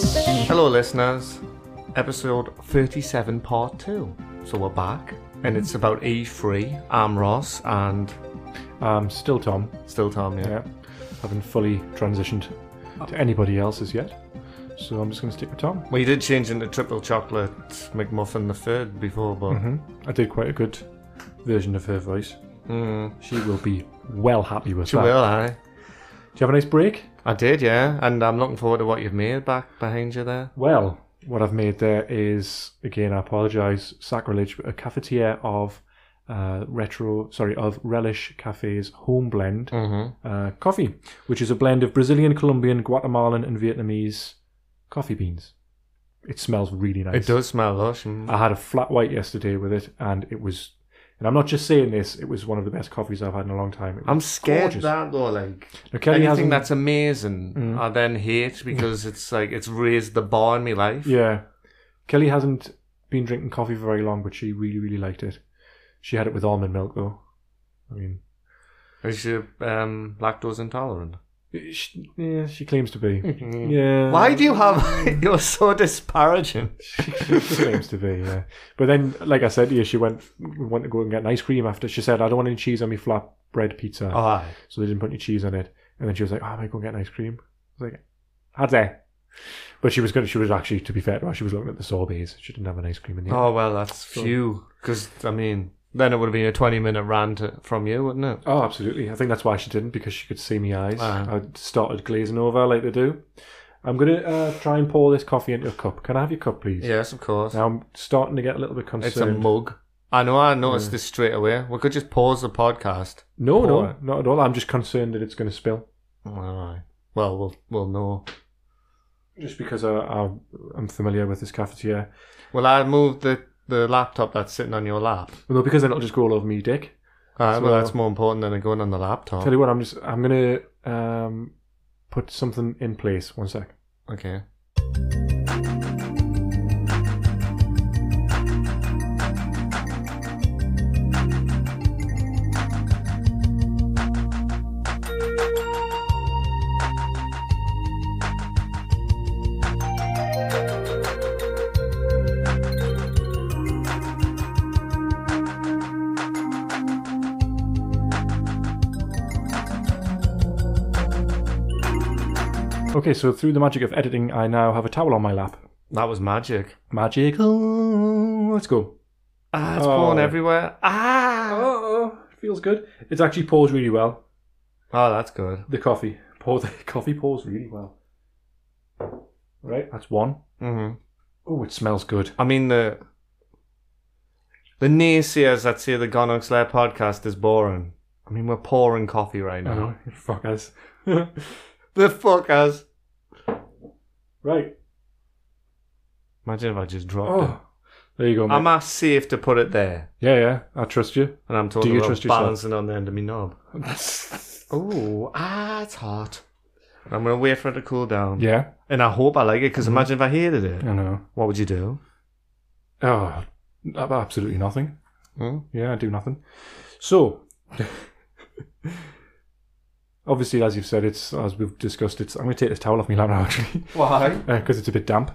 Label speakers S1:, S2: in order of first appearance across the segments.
S1: Hello, listeners. Episode 37, part 2. So we're back, and it's about E3. I'm Ross, and
S2: Um, still Tom.
S1: still Tom, yeah. Oh.
S2: Yeah. Haven't fully transitioned to anybody else as yet. So I'm just going to stick with Tom.
S1: We did change into Triple Chocolate McMuffin the Third before, but
S2: hmm I did quite a good version of her voice.
S1: mm,
S2: She will be well happy with
S1: she
S2: that.
S1: will, I.
S2: Do you have a nice break?
S1: I did, yeah, and I'm looking forward to what you've made back behind you there.
S2: Well, what I've made there is, again, I apologise, sacrilege, but a cafetiere of uh, retro, sorry, of Relish Cafe's home blend
S1: Mm-hmm.
S2: uh, coffee, which is a blend of Brazilian, Colombian, Guatemalan, and Vietnamese coffee beans. It smells really nice.
S1: It does smell lush. mm.
S2: I had a flat white yesterday with it, and it was, and I'm not just saying this, it was one of the best coffees I've had in a long time. It
S1: I'm
S2: was
S1: scared
S2: gorgeous.
S1: that though, like
S2: Now, Kelly
S1: anything
S2: hasn't-
S1: that's amazing,
S2: Mm.
S1: I then hate because it's like it's raised the bar in my life.
S2: Yeah. Kelly hasn't been drinking coffee for very long, but she really, really liked it. She had it with almond milk, though. I mean,
S1: Is she um, lactose intolerant?
S2: she, yeah, she claims to be. Yeah.
S1: Why do you have? You're so disparaging.
S2: She, she claims to be, yeah. But then, like I said to you, she went, we want to go and get an ice cream after. She said, I don't want any cheese on my flatbread pizza.
S1: Oh,
S2: So they didn't put any cheese on it. And then she was like, oh, I might go and get an ice cream. I was like, how's that? But she was going to, she was actually, to be fair to her, she was looking at the sorbets. She didn't have an ice cream in the end.
S1: oh well, that's few. Because I mean, then it would have been a twenty-minute rant from you, wouldn't it?
S2: Oh, absolutely. I think that's why she didn't because she could see me eyes.
S1: Uh-huh.
S2: I started glazing over like they do. I'm gonna uh, try and pour this coffee into a cup. Can I have your cup, please?
S1: Yes, of course.
S2: Now I'm starting to get a little bit concerned.
S1: it's a mug. I know. I noticed this straight away. We could just pause the podcast.
S2: no,
S1: pour
S2: no,
S1: it.
S2: not at all. I'm just concerned that it's going to spill.
S1: All right. Well, we'll we'll know.
S2: Just because I, I, I'm familiar with this cafetiere.
S1: Well, I moved the the laptop that's sitting on your lap.
S2: Well, no, because then it'll just go all over me, Dick.
S1: All right,
S2: So-
S1: well, that's more important than it going on the laptop.
S2: Tell you what, I'm just I'm gonna um, put something in place. One sec.
S1: Okay.
S2: Okay, so through the magic of editing, I now have a towel on my lap.
S1: That was magic.
S2: Magical. Let's go.
S1: Ah, it's
S2: Oh.
S1: pouring everywhere. Ah.
S2: Oh, it feels good. It's actually pours really well.
S1: Oh, that's good.
S2: The coffee. Pour the coffee pours really well. Right, that's one.
S1: hmm
S2: Oh, it smells good.
S1: I mean the the naysayers that say the Gonox Lair podcast is boring. I mean we're pouring coffee right now.
S2: Uh-huh. Oh, fuck us.
S1: The fuck has
S2: right.
S1: Imagine if I just dropped
S2: Oh, there you go.
S1: it.
S2: Mate.
S1: Am I safe to put it there?
S2: yeah, yeah. I trust you.
S1: And I'm talking
S2: you
S1: about
S2: trust yourself?
S1: balancing on the end of my knob. Oh, ah, it's hot. I'm gonna wait for it to cool down.
S2: yeah,
S1: And I hope I like it because imagine if I hated it.
S2: I know.
S1: What would you do?
S2: Oh, ab- absolutely nothing.
S1: Hmm?
S2: Yeah, I do nothing. So, obviously, as you've said, it's as we've discussed. It's I'm going to take this towel off me lap now, actually.
S1: Why?
S2: because Uh, it's a bit damp.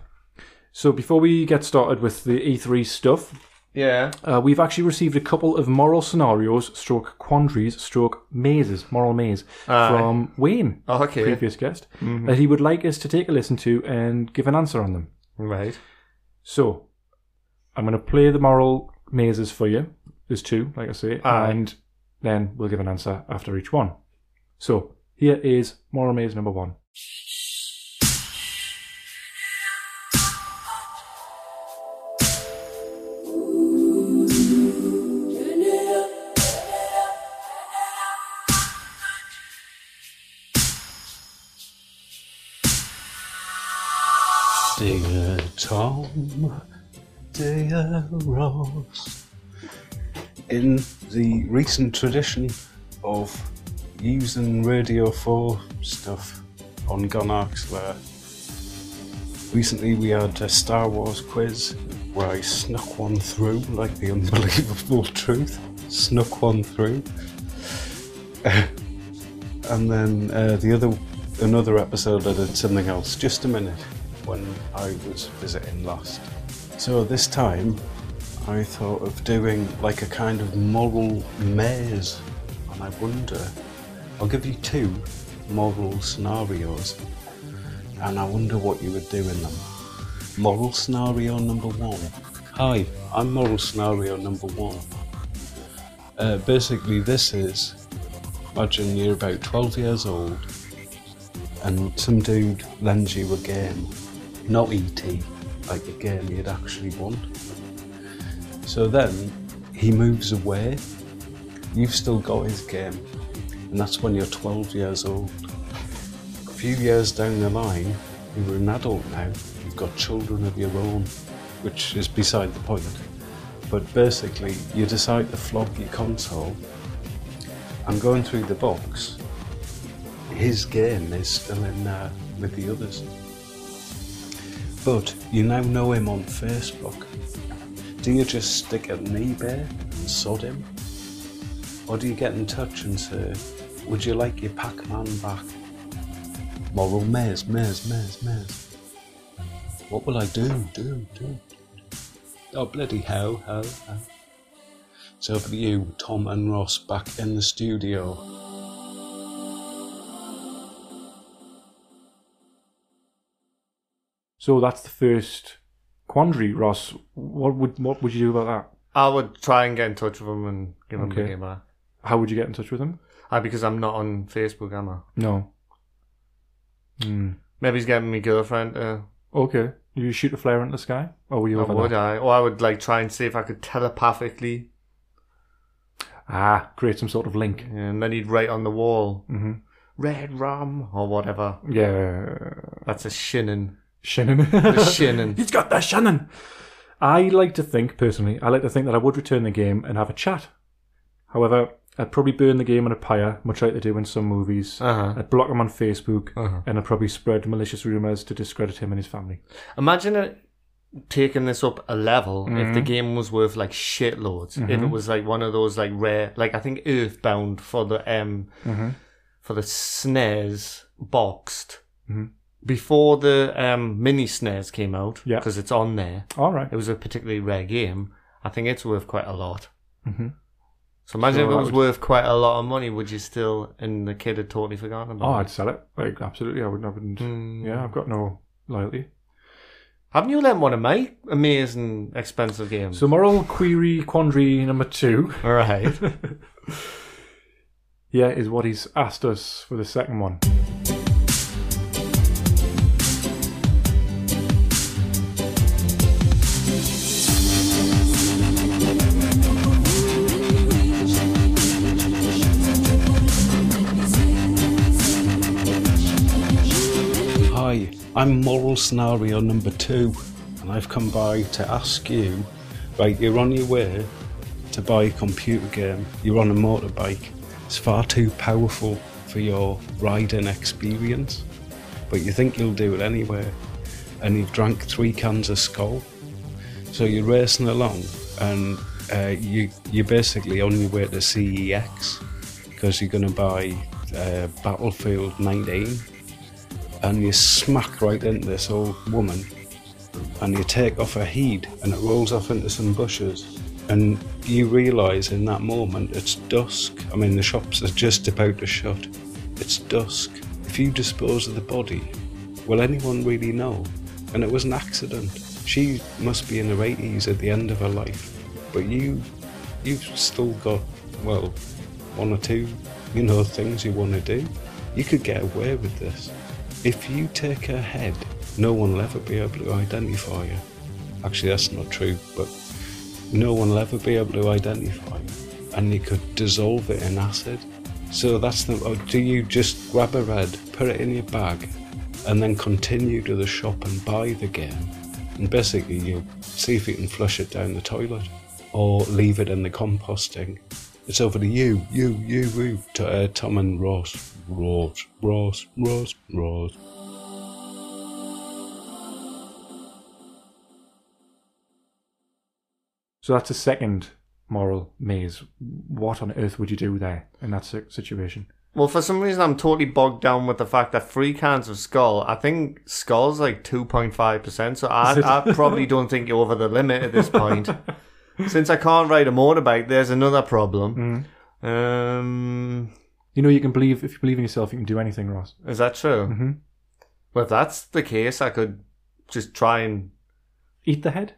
S2: So before we get started with the E3 stuff,
S1: Yeah.
S2: uh, we've actually received a couple of moral scenarios, stroke quandaries, stroke mazes, moral maze
S1: Aye. Mm-hmm.
S2: from Wayne,
S1: Okay.
S2: previous guest, that he would like us to take a listen to and give an answer on them.
S1: Right.
S2: So I'm going to play the moral mazes for you. There's two, like I say,
S1: Aye.
S2: and then we'll give an answer after each one. So here is moral maze number one.
S3: Dear Tom, dear Ross, in the recent tradition of using Radio 4 stuff on Gonarch's where recently we had a Star Wars quiz where I snuck one through, like the unbelievable truth, snuck one through. and then uh, the other, another episode I did something else, just a minute. when I was visiting last. So this time, I thought of doing like a kind of moral maze, and I wonder. I'll give you two moral scenarios, and I wonder what you would do in them. Moral scenario number one. Hi, I'm moral scenario number one. Uh, basically, this is imagine you're about 12 years old and some dude lends you a game, not ET, like a game you'd actually want. So then he moves away. You've still got his game, and that's when you're 12 years old. A few years down the line, you're an adult now, you've got children of your own, which is beside the point. But basically, you decide to flog your console. I'm going through the box, his game is still in there with the others. But you now know him on Facebook. Do you just stick it on eBay and sod him? Or do you get in touch and say, Would you like your Pac Man back? Moral maze, maze, maze, maze. What will I do? Do, do. Oh, bloody hell, hell, hell. So for you, Tom and Ross, back in the studio.
S2: So that's the first quandary, Ross. What would what would you do about
S1: I would try and get in touch with him and give him the
S2: Okay.
S1: game back.
S2: that? How would you get in touch with him?
S1: Ah, because I'm not on Facebook, am I?
S2: No. Hmm.
S1: Maybe he's getting me girlfriend. Uh,
S2: Okay. You shoot a flare into the sky, or were you
S1: or
S2: over
S1: would
S2: that?
S1: I? Or I would like try and see if I could telepathically,
S2: Ah, create some sort of link.
S1: and then he'd write on the wall,
S2: hmm
S1: "Red Rum" or whatever.
S2: Yeah,
S1: That's a shinnin.
S2: Shannon.
S1: A shinnin.
S2: He's got the Shannon. I like to think personally. I like to think that I would return the game and have a chat. However, I'd probably burn the game in a pyre, much like they do in some movies.
S1: Uh huh.
S2: I'd block him on Facebook,
S1: Uh-huh.
S2: and I'd probably spread malicious rumors to discredit him and his family.
S1: Imagine it taking this up a level if
S2: Mm-hmm.
S1: the game was worth like shitloads. If it was like one of those like rare, like I think Earthbound for the um for the snares boxed
S2: Mhm.
S1: before the um mini snares came out
S2: Yeah.
S1: because it's on there.
S2: All right.
S1: It was a particularly rare game. I think it's worth quite a lot.
S2: Mm-hmm.
S1: So imagine
S2: So
S1: if it
S2: that
S1: was
S2: would-
S1: worth quite a lot of money, would you still? And the kid had totally forgotten
S2: Oh,
S1: about it.
S2: I'd sell it. Like absolutely, I wouldn't. I wouldn't.
S1: Mm.
S2: Yeah, I've got no loyalty.
S1: Haven't you lent one of my amazing expensive games?
S2: So moral query quandary number two.
S1: All right.
S2: Yeah, is what he's asked us for the second one.
S3: Hi, I'm moral scenario number two, and I've come by to ask you. Right, you're on your way to buy a computer game. You're on a motorbike. It's far too powerful for your riding experience, but you think you'll do it anyway. And you've drank three cans of Skull, so you're racing along, and uh, you you're basically on your way to CEX because you're going to buy uh, Battlefield 19 and you smack right into this old woman and you take off her heed and it rolls off into some bushes and you realise in that moment it's dusk. I mean the shops are just about to shut. It's dusk. If you dispose of the body, will anyone really know? And it was an accident. She must be in her eighties at the end of her life. But you you've still got well, one or two, you know, things you wanna do. You could get away with this. If you take her head, no one will ever be able to identify her. Actually, that's not true, but no one will ever be able to identify her. And you could dissolve it in acid. So that's the. Or do you just grab a head, put it in your bag, and then continue to the shop and buy the game? And basically, you see if you can flush it down the toilet or leave it in the composting. It's over to you, you, you, you, to uh, Tom and Ross. Ross, Ross, Ross, Ross.
S2: So that's a second moral maze. What on earth would you do there in that si- situation?
S1: Well, for some reason, I'm totally bogged down with the fact that three cans of Skull, I think Skull's like 2.5%, so I, I probably don't think you're over the limit at this point. Since I can't ride a motorbike, there's another problem. Um,
S2: You know, you can believe if you believe in yourself, you can do anything, Ross.
S1: is that true?
S2: Mhm.
S1: Well, if that's the case, I could just try and,
S2: Eat the head.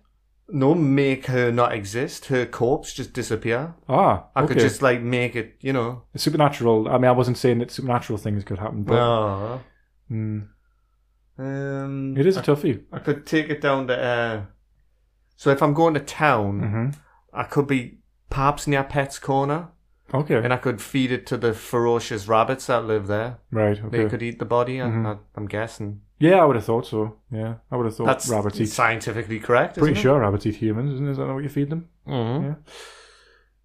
S1: no, make her not exist, her corpse just disappear.
S2: Ah,
S1: I
S2: okay.
S1: could just like make it, you know.
S2: supernatural. I mean, I wasn't saying that supernatural things could happen, but
S1: Ah.
S2: Mm,
S1: um,
S2: it is a toughie.
S1: I could take it down to. Uh, so if I'm going to town,
S2: hmm
S1: I could be perhaps near Pet's Corner,
S2: Okay,
S1: and I could feed it to the ferocious rabbits that live there.
S2: right.
S1: They
S2: Okay.
S1: could eat the body. I,
S2: Mhm.
S1: I, I'm guessing
S2: Yeah, I would have thought so. Yeah, I would have thought
S1: that's
S2: rabbits eat.
S1: scientifically correct.
S2: Pretty
S1: isn't
S2: sure rabbits eat humans, isn't it? Is that not what you feed them?
S1: It? Mhm.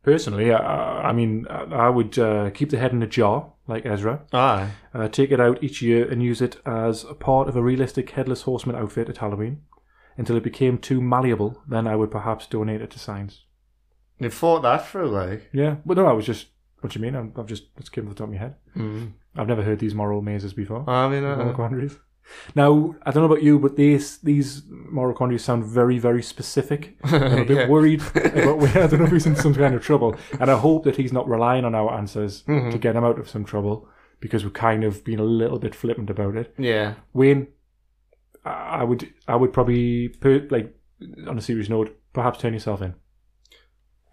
S2: Personally, I, I mean, I I would uh, keep the head in a jar, like Ezra,
S1: Aye.
S2: uh, take it out each year and use it as a part of a realistic headless horseman outfit at Halloween until it became too malleable. Then I would perhaps donate it to science.
S1: They thought that through, like.
S2: Yeah, but no, I was just. What do you mean? I'm, I've just it's came off the top of my head.
S1: Mm.
S2: I've never heard these moral mazes before.
S1: I mean,
S2: moral
S1: uh,
S2: quandaries. Now, I don't know about you, but these these moral quandaries sound very, very specific. I'm a bit
S1: Yeah.
S2: worried about where I don't know if he's in some kind of trouble. And I hope that he's not relying on our answers
S1: Mhm.
S2: to get him out of some trouble because we've kind of been a little bit flippant about it.
S1: yeah.
S2: Wayne, I I would I would probably put like on a serious note, perhaps turn yourself in.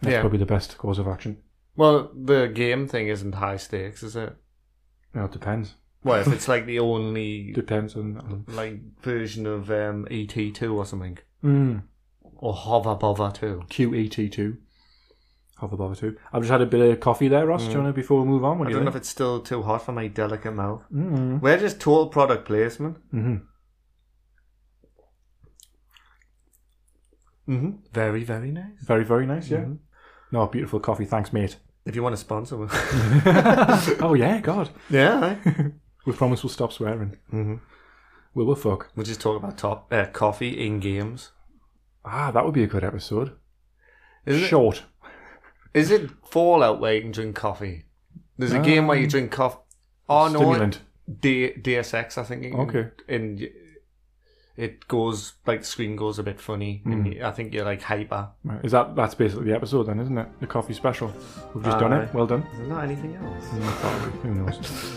S2: That's
S1: Yeah.
S2: probably the best course of action.
S1: Well, the game thing isn't high stakes, is it?
S2: Well, it depends.
S1: Well, if it's like the only
S2: Depends on.
S1: like version of um, ET two or something,
S2: Mm.
S1: or Hover Bover two.
S2: E QET2. Hover bother two. I've just had a bit of coffee there, Ross. Do you want to before we move on? What
S1: Mm. I
S2: do you
S1: don't know if
S2: think?
S1: it's still too hot for my delicate mouth.
S2: Mm.
S1: We're just total product placement.
S2: Mhm.
S1: Mm-hmm. Very, very nice.
S2: Very, very nice. Yeah.
S1: Mm-hmm.
S2: No, beautiful coffee. Thanks, mate.
S1: If you want to sponsor me.
S2: oh yeah, God.
S1: yeah. aye.
S2: We promise we'll stop swearing.
S1: Mhm.
S2: Will we fuck?
S1: We'll just talk about top uh, coffee in games.
S2: Ah, that would be a good episode.
S1: Is it,
S2: Short.
S1: is it Fallout where you can drink coffee? There's a game where you drink coffee. Oh, no.
S2: Stimulant.
S1: D- DSX, I think. you can-
S2: Okay.
S1: And y- it goes, like, the screen goes a bit funny.
S2: Hmm.
S1: And you- I think you're, like, hyper.
S2: Right, Is that that's basically the episode then, isn't it? The coffee special. We've just done
S1: Aye.
S2: it. Well done.
S1: Is there not anything else?
S2: Who knows?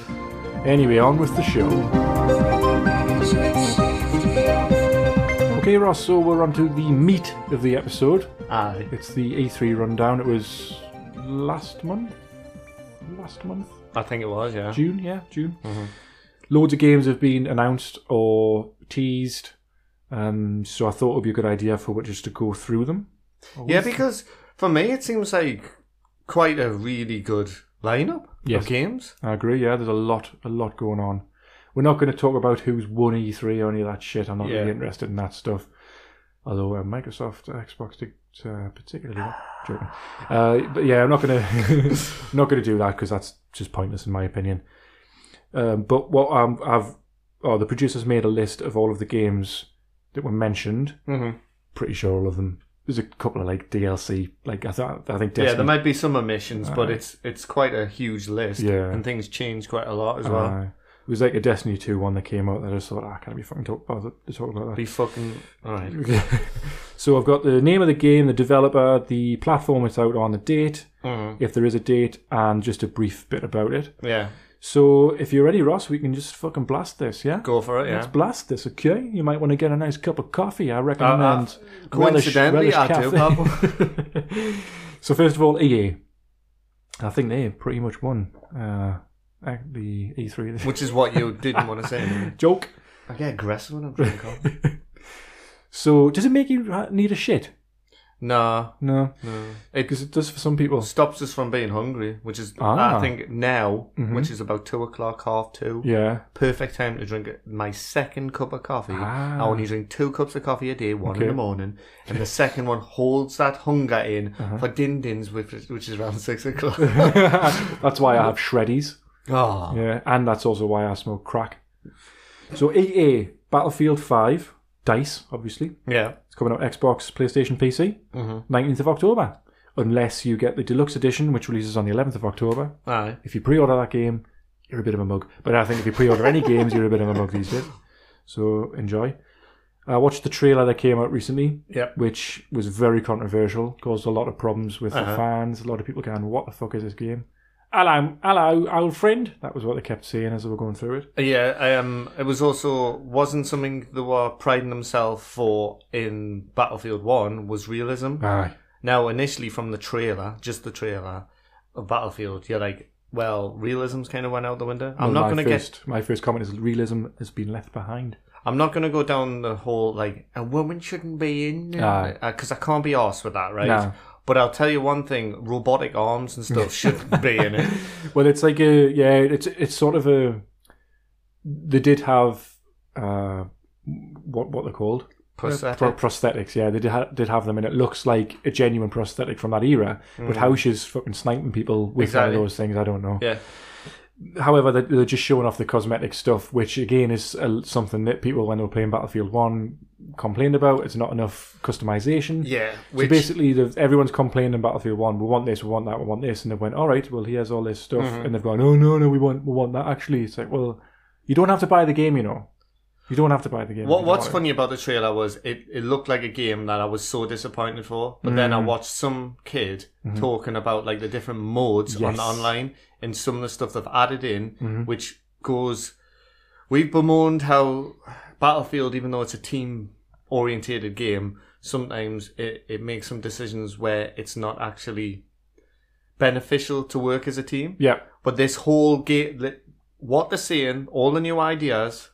S2: anyway, on with the show. Okay, Ross. So we're on to the meat of the episode.
S1: Aye.
S2: It's the E3 rundown. It was last month. Last month.
S1: I think it was, yeah.
S2: June, yeah, June. Loads of games have been announced or teased, um, so I thought it would be a good idea for just to go through them.
S1: Yeah, because for me, it seems like quite a really good lineup
S2: Yes.
S1: of games.
S2: I agree. Yeah, there's a lot, a lot going on. We're not going to talk about who's won E3 or any of that shit. I'm not
S1: Yeah.
S2: really interested in that stuff. Although uh, Microsoft Xbox did uh, particularly joking. Uh, but yeah, I'm not going to not going to do that because that's just pointless in my opinion. Um, but what um, I've oh, the producers made a list of all of the games that were mentioned.
S1: Mm-hmm.
S2: Pretty sure all of them. There's a couple of like DLC. Like I thought, I think Destiny
S1: Yeah, there might be some omissions, but
S2: Aye.
S1: it's it's quite a huge list,
S2: Yeah.
S1: and things change quite a lot as well.
S2: Uh, it was like a Destiny 2 one that came out that I just thought, ah, can I be fucking talk bothered to talk about
S1: Be fucking all right.
S2: that? so I've got the name of the game, the developer, the platform it's out on, the date,
S1: Mhm.
S2: if there is a date, and just a brief bit about it.
S1: Yeah,
S2: So if you're ready, Ross, we can just fucking blast this, yeah?
S1: go for it.
S2: Let's
S1: Yeah.
S2: blast this, okay? You might want to get a nice cup of coffee. I recommend.
S1: Uh,
S2: Relish-
S1: Coincidentally,
S2: Relish
S1: I do.
S2: Cafe.
S1: Pablo.
S2: so first of all, EA. I think they pretty much won uh, the E E3.
S1: Which is what you didn't want to say.
S2: Joke.
S1: I get aggressive when I'm drinking coffee.
S2: So does it make you ha- need a shit?
S1: nah,
S2: No,
S1: no.
S2: because
S1: It
S2: it does for some people.
S1: stops us from being hungry, which is
S2: Ah.
S1: I think now,
S2: Mhm.
S1: which is about two o'clock, half two.
S2: Yeah.
S1: perfect time to drink my second cup of coffee.
S2: Ah.
S1: I only drink two cups of coffee a day, one
S2: Okay.
S1: in the morning, and the second one holds that hunger in
S2: Uh-huh.
S1: for din dins, which, is- which is around six o'clock.
S2: that's why I have shreddies.
S1: oh,
S2: Yeah, and that's also why I smoke crack. So EA Battlefield 5 Dice, obviously.
S1: yeah.
S2: It's coming out Xbox, PlayStation, PC,
S1: Mm-hmm.
S2: 19th of October. Unless you get the deluxe edition, which releases on the 11th of October.
S1: Aye.
S2: If you pre-order that game, you're a bit of a mug. But I think if you pre-order any games, you're a bit of a mug these days. So enjoy. I watched the trailer that came out recently,
S1: Yep.
S2: which was very controversial, caused a lot of problems with
S1: Uh-huh.
S2: the fans. A lot of people going, "What the fuck is this game?" Hello, hello, old friend. That was what they kept saying as they were going through it.
S1: Yeah, I, um, it was also wasn't something they were priding themselves for in Battlefield One was realism.
S2: Aye.
S1: Now, initially from the trailer, just the trailer of Battlefield, you're like, well, realism's kind of went out the window. I'm not
S2: my
S1: gonna get,
S2: first, my first comment is realism has been left behind.
S1: I'm not gonna go down the whole like a woman shouldn't be in
S2: Aye.
S1: because I can't be arsed with that, right?
S2: No.
S1: But I'll tell you one thing: robotic arms and stuff shouldn't be in it.
S2: Well, it's like a yeah, it's it's sort of a they did have uh what what they're called
S1: Prosthetic.
S2: Pro- prosthetics. Yeah, they did, ha- did have them, and it looks like a genuine prosthetic from that era. But how she's fucking sniping people with
S1: Mm. Exactly.
S2: one of those things, I don't know.
S1: yeah,
S2: However, they're, they're just showing off the cosmetic stuff, which again is uh, something that people when they were playing Battlefield One complained about. It's not enough customization.
S1: yeah.
S2: So basically, the, everyone's complained in Battlefield One. We want this, we want that, we want this, and they went, "All right, well, here's all this stuff,"
S1: Mm-hmm.
S2: and they've gone, "Oh no, no, we want, we want that." Actually, it's like, well, you don't have to buy the game, you know. You don't have to buy the game. if
S1: What
S2: you
S1: What's
S2: don't want
S1: funny about the trailer was it, it looked like a game that I was so disappointed for, but
S2: Mm.
S1: then I watched some kid talking about like the different modes on
S2: Mm-hmm. Yes. Mm-hmm.
S1: online and some of the stuff they've added in, which goes. We've bemoaned how Battlefield, even though it's a team orientated game, sometimes it, it makes some decisions where it's not actually beneficial to work as a team.
S2: it. Yeah,
S1: But this whole gate, li- what they're saying, all the new ideas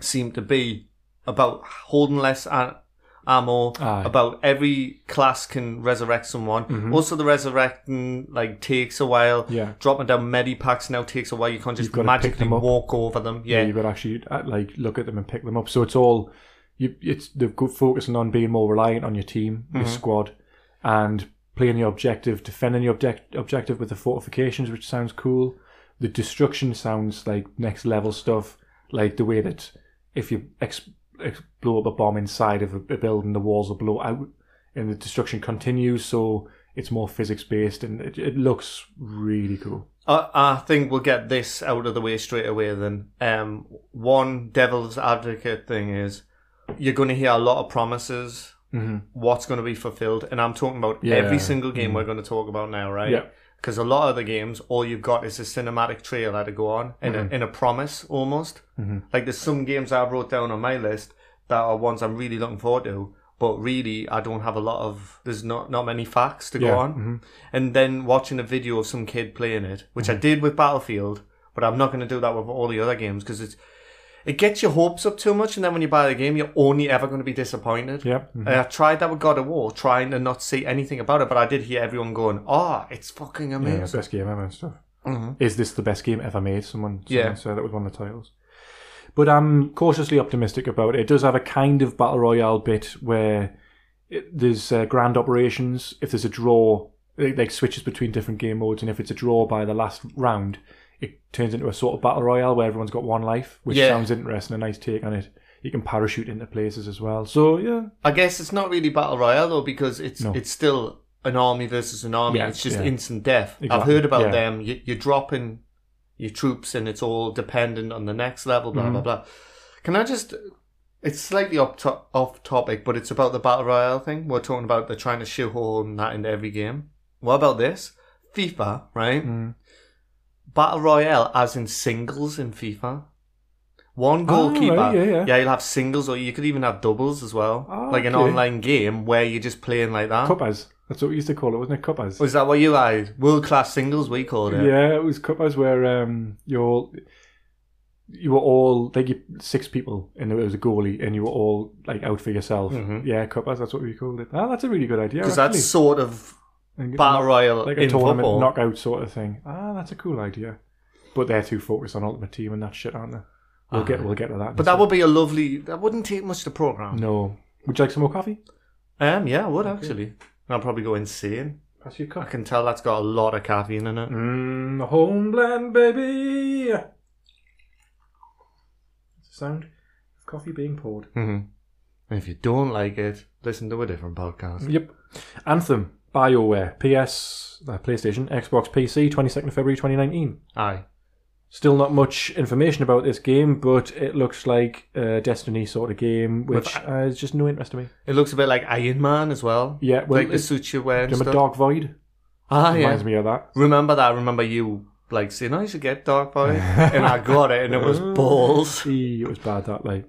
S1: seem to be about holding less a- ammo,
S2: Aye. Mm-hmm.
S1: about every class can resurrect someone. Also, the resurrecting like takes a while.
S2: Yeah.
S1: dropping down medi packs now takes a while. You can't just
S2: gotta pick
S1: magically
S2: them up.
S1: walk over them. Yeah,
S2: you could actually uh, like look at them and pick them up. So it's all you. It's they're go- focusing on being more reliant on your team, your squad, and playing your objective, defending your object, objective with the fortifications, which sounds cool. The destruction sounds like next level stuff, like the way that if you ex- ex- blow up a bomb inside of a, a building, the walls will blow out, and the destruction continues. So it's more physics based, and it, it looks really cool.
S1: I, I think we'll get this out of the way straight away. Then, um, one devil's advocate thing is you're going to hear a lot of promises. What's going to be fulfilled, and I'm talking about
S2: Mm-hmm. Yeah. Mm-hmm.
S1: every single game we're going to talk about now, right?
S2: Yeah.
S1: Because a lot of the games, all you've got is a cinematic trailer to go on and, a, and a promise almost. Like there's some games I wrote down on my list that are ones I'm really looking forward to, but really I don't have a lot of. There's not not many facts to
S2: Yeah,
S1: go on and then watching a video of some kid playing it, which I did with Battlefield, but I'm not going to do that with all the other games because it's it gets your hopes up too much, and then when you buy the game, you're only ever going to be disappointed.
S2: Yep.
S1: And I tried that with God of War, trying to not see anything about it, but I did hear everyone going, "Ah, it's fucking
S2: Yeah,
S1: amazing."
S2: best game ever and stuff.
S1: Mhm.
S2: Is this the best game ever made? Someone, someone
S1: Yeah.
S2: said that was one of the titles. But I'm cautiously optimistic about it. It does have a kind of battle royale bit where it, there's uh, grand operations. If there's a draw, it like switches between different game modes, and if it's a draw by the last round, it turns into a sort of battle royale where everyone's got one life, which
S1: Yeah.
S2: sounds interesting. A nice take on it. You can parachute into places as well. So yeah,
S1: I guess it's not really battle royale though because it's it's still an army versus an army.
S2: Yeah,
S1: it's just
S2: yeah.
S1: instant death. I've
S2: Exactly,
S1: heard about
S2: yeah.
S1: them. You, you're dropping your troops, and it's all dependent on the next level. Blah
S2: Mm-hmm.
S1: blah blah. Can I just? It's slightly off, to- off topic, but it's about the battle royale thing. We're talking about they're trying to shoehorn that into every game. What about this? FIFA, right? Battle royale, as in singles in FIFA. One
S2: Oh, right,
S1: goalkeeper.
S2: yeah, yeah.
S1: you'll have singles, or you could even have doubles as well,
S2: Oh,
S1: like an
S2: okay.
S1: online game where you're just playing like that.
S2: cuppas. That's what we used to call it, wasn't it? Cuppas.
S1: Was that what you like? World class singles, we called it.
S2: Yeah, it was cupboards where um, you all you were all like you, six people, and there was a goalie, and you were all like out for yourself.
S1: Mhm.
S2: Yeah, cupboards. That's what we called it. Ah, that's a really good idea.
S1: because
S2: actually.
S1: that's sort of
S2: And
S1: battle
S2: knock-
S1: royale
S2: like a
S1: in
S2: tournament
S1: football.
S2: knockout sort of thing. Ah, that's a cool idea. But they're too focused on Ultimate Team and that shit, aren't they? We'll
S1: Ah.
S2: get we'll get to that. in a
S1: but that
S2: sec.
S1: would be a lovely. That wouldn't take much to program.
S2: no. Would you like some more coffee?
S1: Um, yeah, I would actually. I'll probably go insane.
S2: Pass your
S1: I
S2: cup.
S1: can tell that's got a lot of caffeine in it.
S2: Mmm, homeland, baby. It's the sound of coffee being poured.
S1: Mhm. And if you don't like it, listen to a different podcast.
S2: Yep. Anthem, BioWare, PS, uh, PlayStation, Xbox, PC, 22nd of February 2019.
S1: Aye.
S2: Still not much information about this game, but it looks like a Destiny sort of game, which
S1: With-
S2: uh, is just no interest to me.
S1: It looks a bit like Iron Man as well.
S2: Yeah, well,
S1: like the
S2: it's-
S1: suit you wear and
S2: Remember
S1: stuff.
S2: Dark Void?
S1: ah, yeah.
S2: Reminds me of that.
S1: Remember that? Remember you like saying, "I should get Dark Boy," and I got it, and it was balls.
S2: Eee, it was bad that night.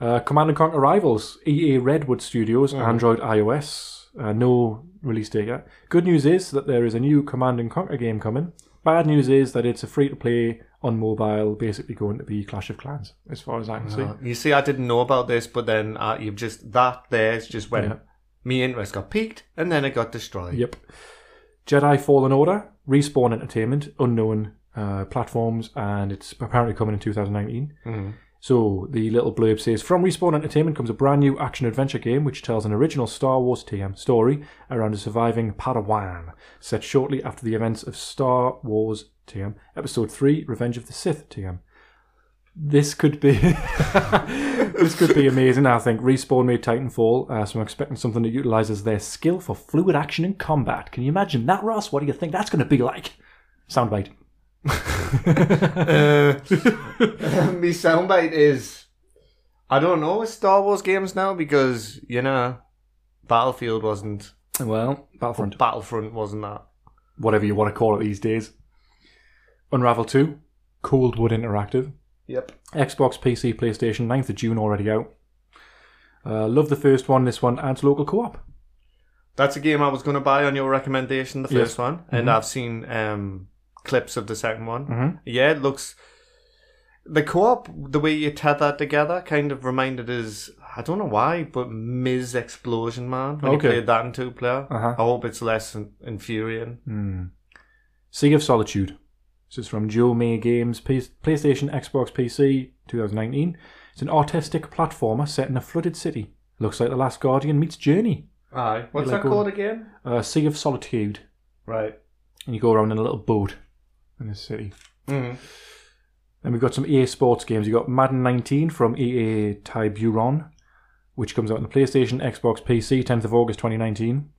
S2: uh, Command and Conquer Rivals, EA Redwood Studios, Android, iOS. Uh, no release date yet. Good news is that there is a new Command and Conquer game coming. Bad news is that it's a free to play on mobile, basically going to be Clash of Clans, as far as I can see.
S1: You see, I didn't know about this, but then uh, you've just that there's just when me interest got peaked, and then it got destroyed.
S2: Yep. Jedi Fallen Order, Respawn Entertainment, unknown uh, platforms, and it's apparently coming in 2019. So the little blurb says From Respawn Entertainment comes a brand new action adventure game which tells an original Star Wars TM story around a surviving Padawan, set shortly after the events of Star Wars TM Episode 3 Revenge of the Sith TM. This could be this could be amazing. I think Respawn made Titanfall, uh, so I'm expecting something that utilizes their skill for fluid action and combat. Can you imagine that, Ross? What do you think that's going to be like? Soundbite.
S1: Uh, my soundbite is I don't know with Star Wars games now because you know Battlefield wasn't
S2: Well, Battlefront.
S1: Battlefront wasn't that.
S2: whatever you want to call it these days. Unravel 2, Coldwood Interactive,
S1: Yep.
S2: Xbox, PC, PlayStation, 9th of June already out. Uh, love the first one. This one adds local co op.
S1: That's a game I was going to buy on your recommendation, the
S2: Yes. Mm-hmm.
S1: first one, and I've seen um, clips of the second one.
S2: Mhm.
S1: Yeah, it looks the co-op, the way you tether together, kind of reminded us. I don't know why, but Ms. Explosion Man. When
S2: Okay.
S1: you played that in two player,
S2: Uh-huh.
S1: I hope it's less in- infuriating.
S2: Sea of Solitude. This is from Joe May Games, P- PlayStation, Xbox, PC, 2019. It's an artistic platformer set in a flooded city. Looks like The Last Guardian meets Journey.
S1: Aye, what's
S2: like
S1: that
S2: all-
S1: called again?
S2: Uh, sea of Solitude.
S1: Right.
S2: And you go around in a little boat in this city.
S1: Mm.
S2: Then we've got some EA Sports games. You've got Madden 19 from E EA Tiburon, which comes out on the PlayStation, Xbox, PC, 10th of August 2019.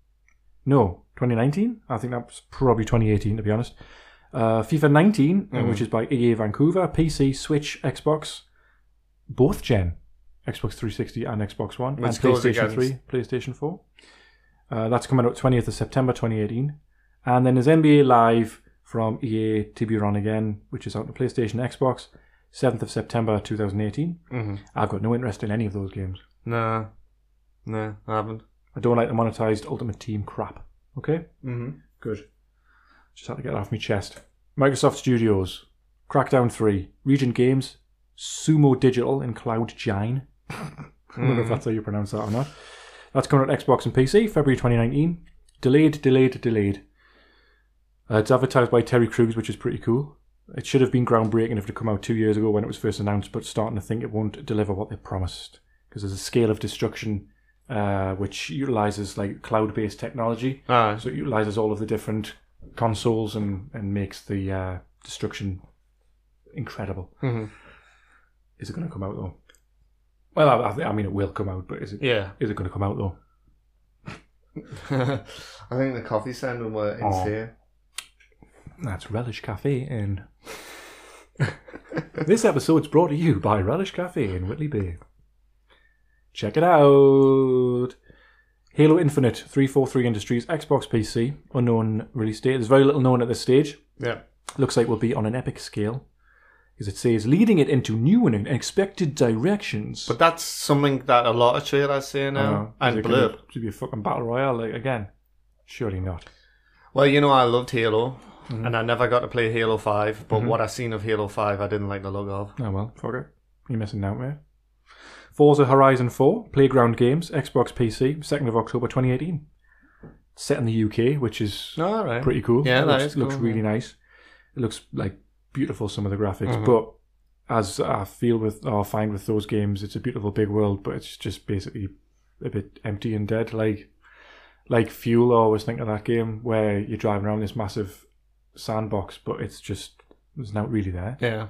S2: No, 2019? I think that's probably 2018, to be honest. Uh, FIFA 19, uh, which is by EA Vancouver, PC, Switch, Xbox, both gen, Xbox 360 and Xbox One,
S1: Which
S2: and
S1: goes
S2: PlayStation
S1: against-
S2: 3, PlayStation 4. Uh, that's coming out 20th of September 2018. And then there's NBA Live from E EA Tiburon again, which is out on PlayStation Xbox, 7th of September 2018.
S1: Mhm.
S2: I've got no interest in any of those games.
S1: Nah, nah, I haven't.
S2: I don't like the monetized Ultimate Team crap. Okay?
S1: Mm-hmm.
S2: Good. Just had to get that off my chest. Microsoft Studios, Crackdown 3, Regent Games, Sumo Digital, and Cloud Gine. I don't know if that's how you pronounce that or not. That's coming out Xbox and PC, February 2019. Delayed, delayed, delayed. Uh, it's advertised by Terry Crews, which is pretty cool. It should have been groundbreaking if it had come out two years ago when it was first announced, but starting to think it won't deliver what they promised because there's a scale of destruction uh, which utilizes like cloud-based technology.
S1: Aye.
S2: So it utilizes all of the different consoles and, and makes the uh, destruction incredible.
S1: Mhm.
S2: Is it going to come out though? Well, I, I, thi- I mean, it will come out, but is it? Is
S1: Yeah.
S2: it going to come out though?
S1: I think the coffee sounding were
S2: Aw.
S1: insane.
S2: That's Relish Cafe and. this episode's brought to you by Relish Cafe in Whitley Bay. Check it out. Halo Infinite, 343 Industries, Xbox PC, unknown release date. There's very little known at this stage.
S1: Yeah.
S2: looks like will be on an epic scale because it says leading it into new and unexpected directions.
S1: But that's something that a lot of trailers say
S2: I don't
S1: now.
S2: know.
S1: And
S2: Uh-huh. Is it gonna
S1: blurb.
S2: be- to be a fucking battle royale like, again. Surely not.
S1: Well, you know, I loved Halo,
S2: Mm-hmm.
S1: and I never got to play Halo 5, but what I seen of Halo 5, I didn't like the look of.
S2: Oh well, fuck it. You're missing out, mate. Forza Horizon 4, Playground Games, Xbox PC, 2nd of October 2018. Set in the UK, which is
S1: All right.
S2: pretty cool.
S1: Yeah, Mm-hmm.
S2: it
S1: that
S2: looks,
S1: is
S2: looks
S1: cool,
S2: really nice. It looks like beautiful some of the graphics, but as I feel with or find with those games, it's a beautiful big world, but it's just basically a bit empty and dead. Like like Fuel, I always think of that game where you're driving around this massive sandbox, but it's just it's not really there.
S1: yeah.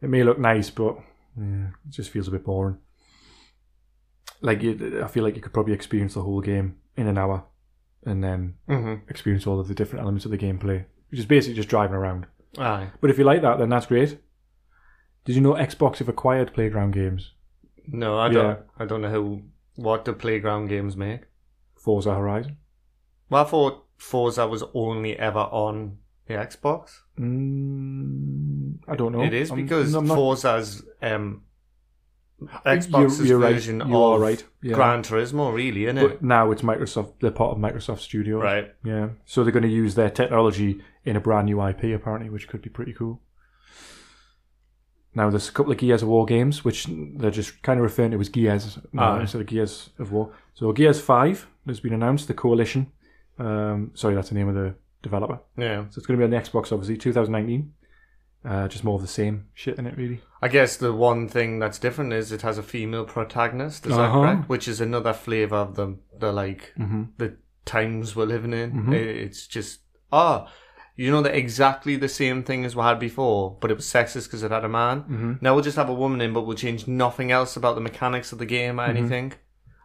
S2: It may look nice, but yeah, it just feels a bit boring. Like you, I feel like you could probably experience the whole game in an hour, and then
S1: Mm-hmm.
S2: experience all of the different elements of the gameplay, which is basically just driving around.
S1: Aye.
S2: But if you like that, then that's great. Did you know Xbox have acquired Playground Games?
S1: No, I don't. I don't know who what the playground games make.
S2: Forza Horizon.
S1: Well, I thought Forza was only ever on the Xbox.
S2: Mm, I don't know.
S1: it is
S2: I'm-
S1: because
S2: I'm not-
S1: Forza's um, Xbox's
S2: you're, you're right.
S1: version
S2: You are
S1: of
S2: right. Yeah.
S1: Gran Turismo, really, isn't it?
S2: But now it's Microsoft. They're part of Microsoft Studios.
S1: right.
S2: Yeah. So they're going to use their technology in a brand new IP, apparently, which could be pretty cool. Now, there's a couple of Gears of War games, which they're just kind of referring to as Gears now
S1: Aye.
S2: instead of Gears of War. So Gears 5 has been announced, the Coalition. Um, sorry, that's the name of the developer.
S1: Yeah.
S2: So it's going to be on the Xbox, obviously, 2019. Uh, just more of the same shit in it, really.
S1: I guess the one thing that's different is it has a female protagonist. Is
S2: Uh-huh.
S1: that correct? Which is another flavor of the the like
S2: Mm-hmm.
S1: the times we're living in.
S2: Mhm.
S1: It- It's just ah, you know, they're exactly the same thing as we had before, but it was sexist because it had a man.
S2: Mm-hmm.
S1: Now we'll just have a woman in, but we'll change nothing else about the mechanics of the game or
S2: Mhm.
S1: anything.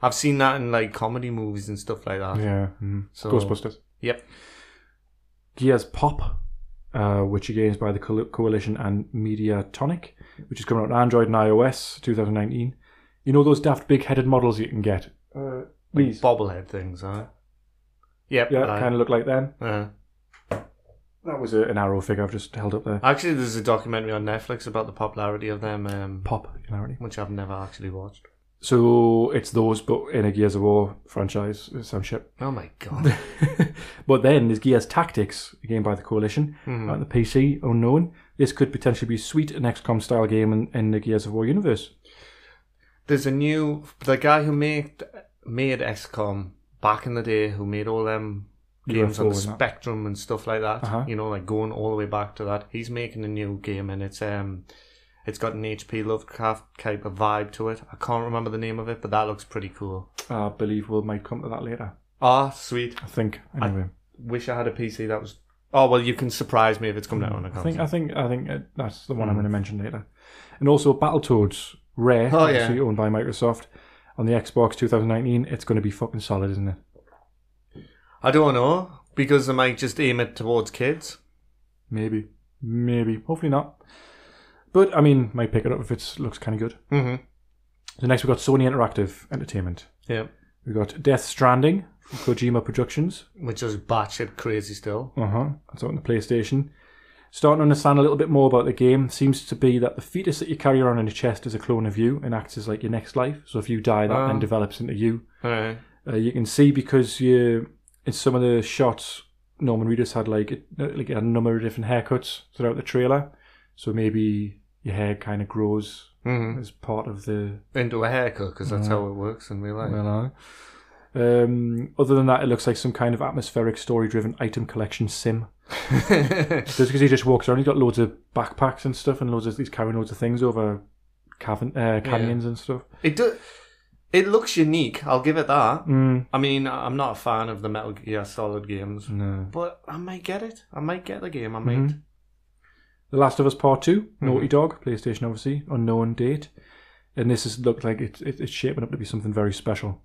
S1: I've seen that in like comedy movies and stuff like that.
S2: Yeah. mhm.
S1: So-
S2: Ghostbusters.
S1: Yep.
S2: Gears Pop, uh, which again is by the Co- Coalition and Media Tonic, which is coming out on Android and iOS 2019. You know those daft big headed models you can get? Uh,
S1: Like
S2: these.
S1: bobblehead things, huh? Yep.
S2: yeah,
S1: aye.
S2: kind of look like them.
S1: Uh,
S2: That was a, an arrow figure I've just held up there.
S1: actually, there's a documentary on Netflix about the popularity of them, um,
S2: Pop, clarity.
S1: which I've never actually watched.
S2: So it's those, but in a Gears of War franchise, it's some shit.
S1: Oh my god!
S2: but then there's Gears Tactics, again by the Coalition,
S1: Hmm.
S2: on the PC, unknown. This could potentially be sweet an XCOM style game in, in the Gears of War universe.
S1: There's a new the guy who made made XCOM back in the day, who made all them games
S2: UFO
S1: on the
S2: and that.
S1: Spectrum and stuff like that.
S2: Uh-huh.
S1: You know, like going all the way back to that. He's making a new game, and it's um, it's got an HP Lovecraft type of vibe to it. I can't remember the name of it, but that looks pretty cool.
S2: I believe we will might come to that later.
S1: Ah, sweet.
S2: I think anyway.
S1: Wish I had a PC that was. Oh well, you can surprise me if it's coming out on a
S2: I, think
S1: console.
S2: I think I think uh, that's the one I'm going to mention later. And also Battletoads, Rare,
S1: Oh, yeah.
S2: obviously owned by Microsoft, on the Xbox 2019. It's going to be fucking solid, isn't it?
S1: I don't know because they might just aim it towards kids.
S2: Maybe, maybe, hopefully not. But I mean, might pick it up if it looks kind of good.
S1: Mm-hmm.
S2: So next we've got Sony Interactive Entertainment.
S1: Yeah,
S2: We've got Death Stranding from Kojima Productions.
S1: which is batshit crazy still.
S2: Uh huh. That's out on the PlayStation. Starting to understand a little bit more about the game seems to be that the fetus that you carry around in your chest is a clone of you and acts as like your next life. So if you die, that then
S1: Wow.
S2: develops into you.
S1: All right.
S2: Uh, you can see because you in some of the shots, Norman Reedus had like a, like a number of different haircuts throughout the trailer. So maybe your hair kind of grows
S1: Mm-hmm.
S2: as part of the
S1: into a haircut because that's how it works in real life.
S2: Well, aye. Um, other than that, it looks like some kind of atmospheric story-driven item collection sim. Just because he just walks around, he's got loads of backpacks and stuff, and loads of he's carrying loads of things over cavern, uh, canyons and stuff.
S1: it do- it looks unique. I'll give it that.
S2: Mm,
S1: I mean, I- I'm not a fan of the Metal Gear Solid games,
S2: no.
S1: but I might get it. I might get the game. I might.
S2: Mhm. The Last of Us Part 2 Naughty
S1: Mhm.
S2: Dog, PlayStation, obviously, unknown date, and this has looked like it, it, it's shaping up to be something very special.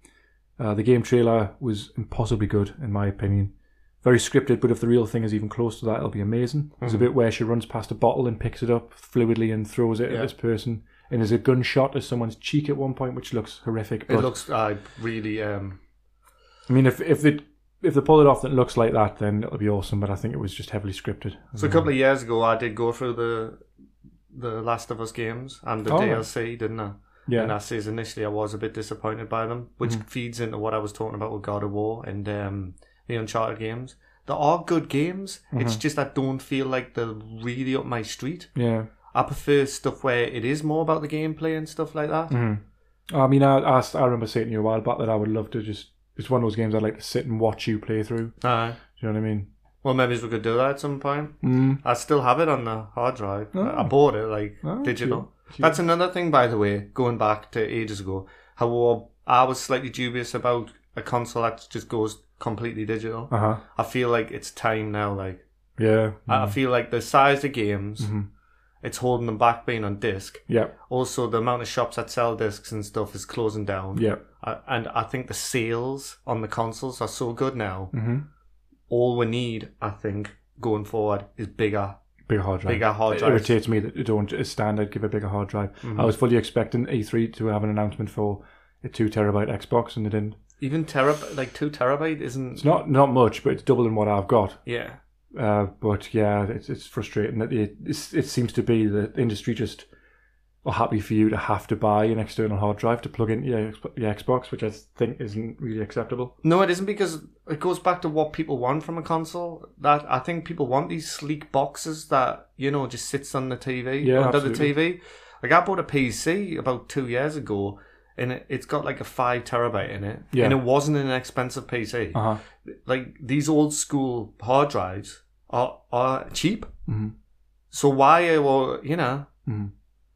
S2: Uh, the game trailer was impossibly good, in my opinion. Very scripted, but if the real thing is even close to that, it'll be amazing. There's a
S1: Mhm.
S2: bit where she runs past a bottle and picks it up fluidly and throws it at
S1: Yeah.
S2: this person, and there's a gunshot at someone's cheek at one point, which looks horrific. But
S1: It looks uh, really. Um,
S2: I mean, if if it if they pull it off that looks like that, then it'll be awesome. But I think it was just heavily scripted.
S1: so a couple of years ago, I did go through the the Last of Us games and the
S2: Oh, right.
S1: DLC, didn't I? And
S2: yeah,
S1: that says initially I was a bit disappointed by them, which
S2: Mm.
S1: feeds into what I was talking about with God of War and um, the Uncharted games. They are good games.
S2: Mm-hmm.
S1: It's just I don't feel like they're really up my street.
S2: yeah.
S1: I prefer stuff where it is more about the gameplay and stuff like
S2: Mm.
S1: that.
S2: I mean, I, I I remember saying to you a while back that I would love to just. It's one of those games I'd like to sit and watch you play through.
S1: Aye.
S2: Do you know what I mean?
S1: Uh, well, maybe we could do that at some point.
S2: Mm.
S1: I still have it on the hard drive.
S2: Oh.
S1: I bought it like
S2: Oh,
S1: digital.
S2: cute, cute.
S1: That's another thing, by the way, going back to ages ago, how I was slightly dubious about a console that just goes completely digital.
S2: Uh huh.
S1: I feel like it's time now. Like
S2: Yeah.
S1: I I feel like the size of games,
S2: Mhm.
S1: it's holding them back being on disc.
S2: Yep.
S1: Also, the amount of shops that sell discs and stuff is closing down.
S2: Yep.
S1: I, and I think the sales on the consoles are so good now.
S2: Mm-hmm.
S1: All we need, I think, going forward is bigger
S2: bigger hard drive.
S1: Bigger hard
S2: It
S1: drive. Mm-hmm.
S2: irritates me that they don't as standard give a bigger hard drive. I was fully expecting E3 to have an announcement for a two terabyte Xbox, and they didn't.
S1: Even terabyte, like two terabyte, isn't.
S2: It's not not much, but it's double than what I've got.
S1: Yeah.
S2: Uh, but yeah, it's, it's frustrating that it, it's, it seems to be that the industry just are happy for you to have to buy an external hard drive to plug into your, Xbox- your Xbox, which I think isn't really acceptable.
S1: No, it isn't because it goes back to what people want from a console. That I think people want these sleek boxes that you know just sits on the TV
S2: Yeah,
S1: under
S2: absolutely.
S1: the TV. Like I bought a PC about two years ago, and it, it's got like a five terabyte in it,
S2: Yeah.
S1: and it wasn't an expensive PC.
S2: Uh huh.
S1: Like these old school hard drives are are cheap,
S2: Mhm.
S1: so why uh, well you know
S2: Mhm.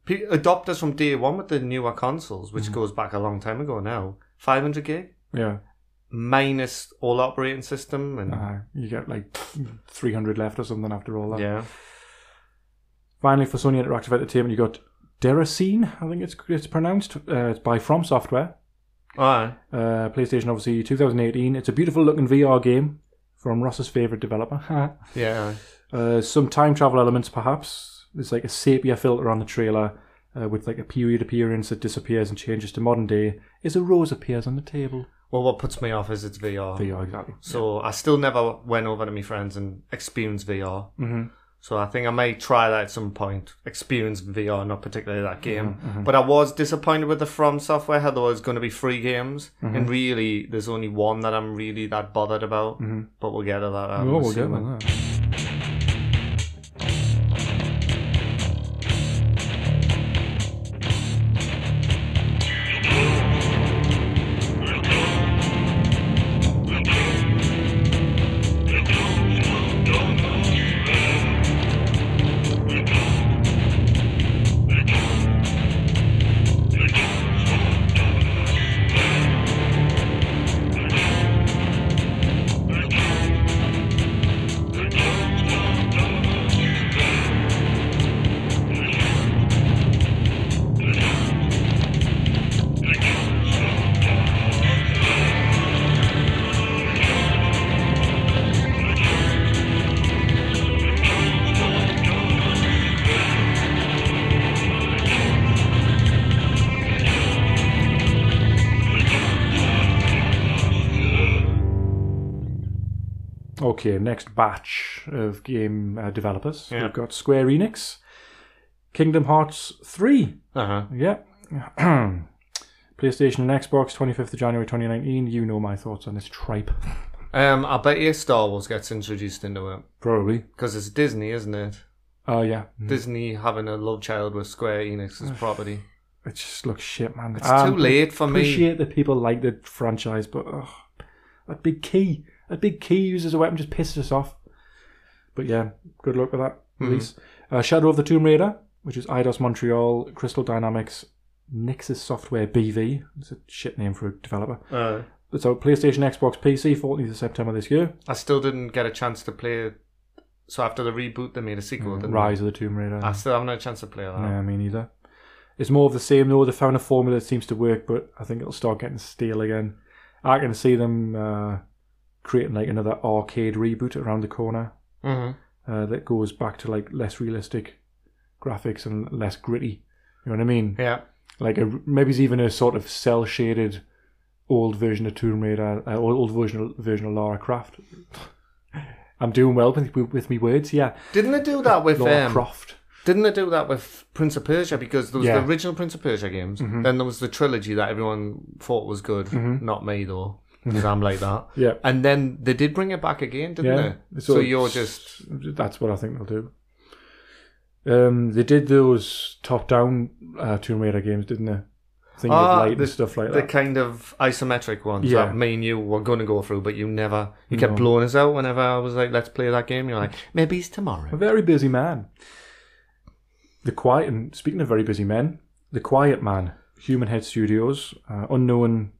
S1: pe- adopt us from day one with the newer consoles, which
S2: Mhm.
S1: goes back a long time ago now. Five hundred gig
S2: Yeah.
S1: minus all operating system and
S2: Uh, you get like 300 left or something after all that.
S1: yeah
S2: Finally, for Sony Interactive Entertainment, you got Deracine, I think it's it's pronounced. Uh, it's by From Software.
S1: alright
S2: Uh, PlayStation, obviously, 2018. It's a beautiful looking VR game from Ross's favourite developer.
S1: yeah
S2: uh, some time travel elements, perhaps. There's like a sepia filter on the trailer uh, with like a period appearance that disappears and changes to modern day as a rose appears on the table.
S1: well what puts me off is it's VR
S2: VR, exactly.
S1: so I still never went over to my friends and experienced VR
S2: Mm-hmm.
S1: so I think I may try that at some point experience VR not particularly
S2: Mm-hmm,
S1: that game but I was disappointed with the From Software how there was going to be free games
S2: Mm-hmm.
S1: and really there's only one that I'm really that bothered about but we'll get to that um, I'm
S2: Oh, Mm-hmm. we'll get
S1: assuming.
S2: one. there. Okay, next batch of game uh, developers.
S1: Yeah.
S2: We've got Square Enix, Kingdom Hearts 3.
S1: uh-huh
S2: Yep. PlayStation and Xbox, 25th of January 2019. You know my thoughts on this tripe.
S1: um, I bet you Star Wars gets introduced into it
S2: Probably.
S1: because it's Disney isn't it
S2: Oh, yeah.
S1: Disney having a love child with Square Enix's property.
S2: It just looks shit, man.
S1: It's too late for me.
S2: Um, appreciate that people like the franchise, but ugh, that big key, that big key used as a weapon just pisses us off. But yeah, good luck with that release. Uh, Shadow of the Tomb Raider, which is IDOS Montreal, Crystal Dynamics, Nixis Software BV. It's a shit name for a developer.
S1: Uh,
S2: It's out PlayStation, Xbox, PC, 14th of September this year.
S1: I still didn't get a chance to play it. So after the reboot, they made a sequel. didn't they?
S2: Rise of the Tomb Raider.
S1: I still haven't had a chance to play that.
S2: Mm, Yeah, me neither. It's more of the same though. They found a formula that seems to work, but I think it'll start getting stale again. I can see them uh, creating like another arcade reboot around the corner
S1: Mhm.
S2: uh, that goes back to like less realistic graphics and less gritty. You know what I mean?
S1: Yeah.
S2: Like a, maybe it's even a sort of cell shaded old version of Tomb Raider, uh, old, old version of, version of Lara Croft. I'm doing well with with me words, yeah.
S1: Didn't they do that with
S2: Lara
S1: um,
S2: Croft.
S1: Didn't they do that with Prince of Persia? Because there was
S2: Yeah. Mm-hmm.
S1: the original Prince of Persia games, then there was the trilogy that everyone thought was good. Not me though, because I'm like that.
S2: Yeah.
S1: And then they did bring it back again, didn't
S2: Yeah.
S1: they?
S2: It's
S1: So
S2: all-
S1: you're just
S2: That's what I think they'll do. Um, they did those top-down uh, Tomb Raider games, didn't they? Thing
S1: Ah,
S2: with light
S1: the-
S2: and stuff like
S1: the
S2: that.
S1: kind of isometric ones
S2: Yeah.
S1: that me and you were going to go through, but you never. You kept blowing us out whenever I was like, "Let's play that game." You're like, "Maybe it's
S2: A
S1: tomorrow."
S2: very busy man. The Quiet, and speaking of very busy men, The Quiet Man, Human Head Studios, uh, unknown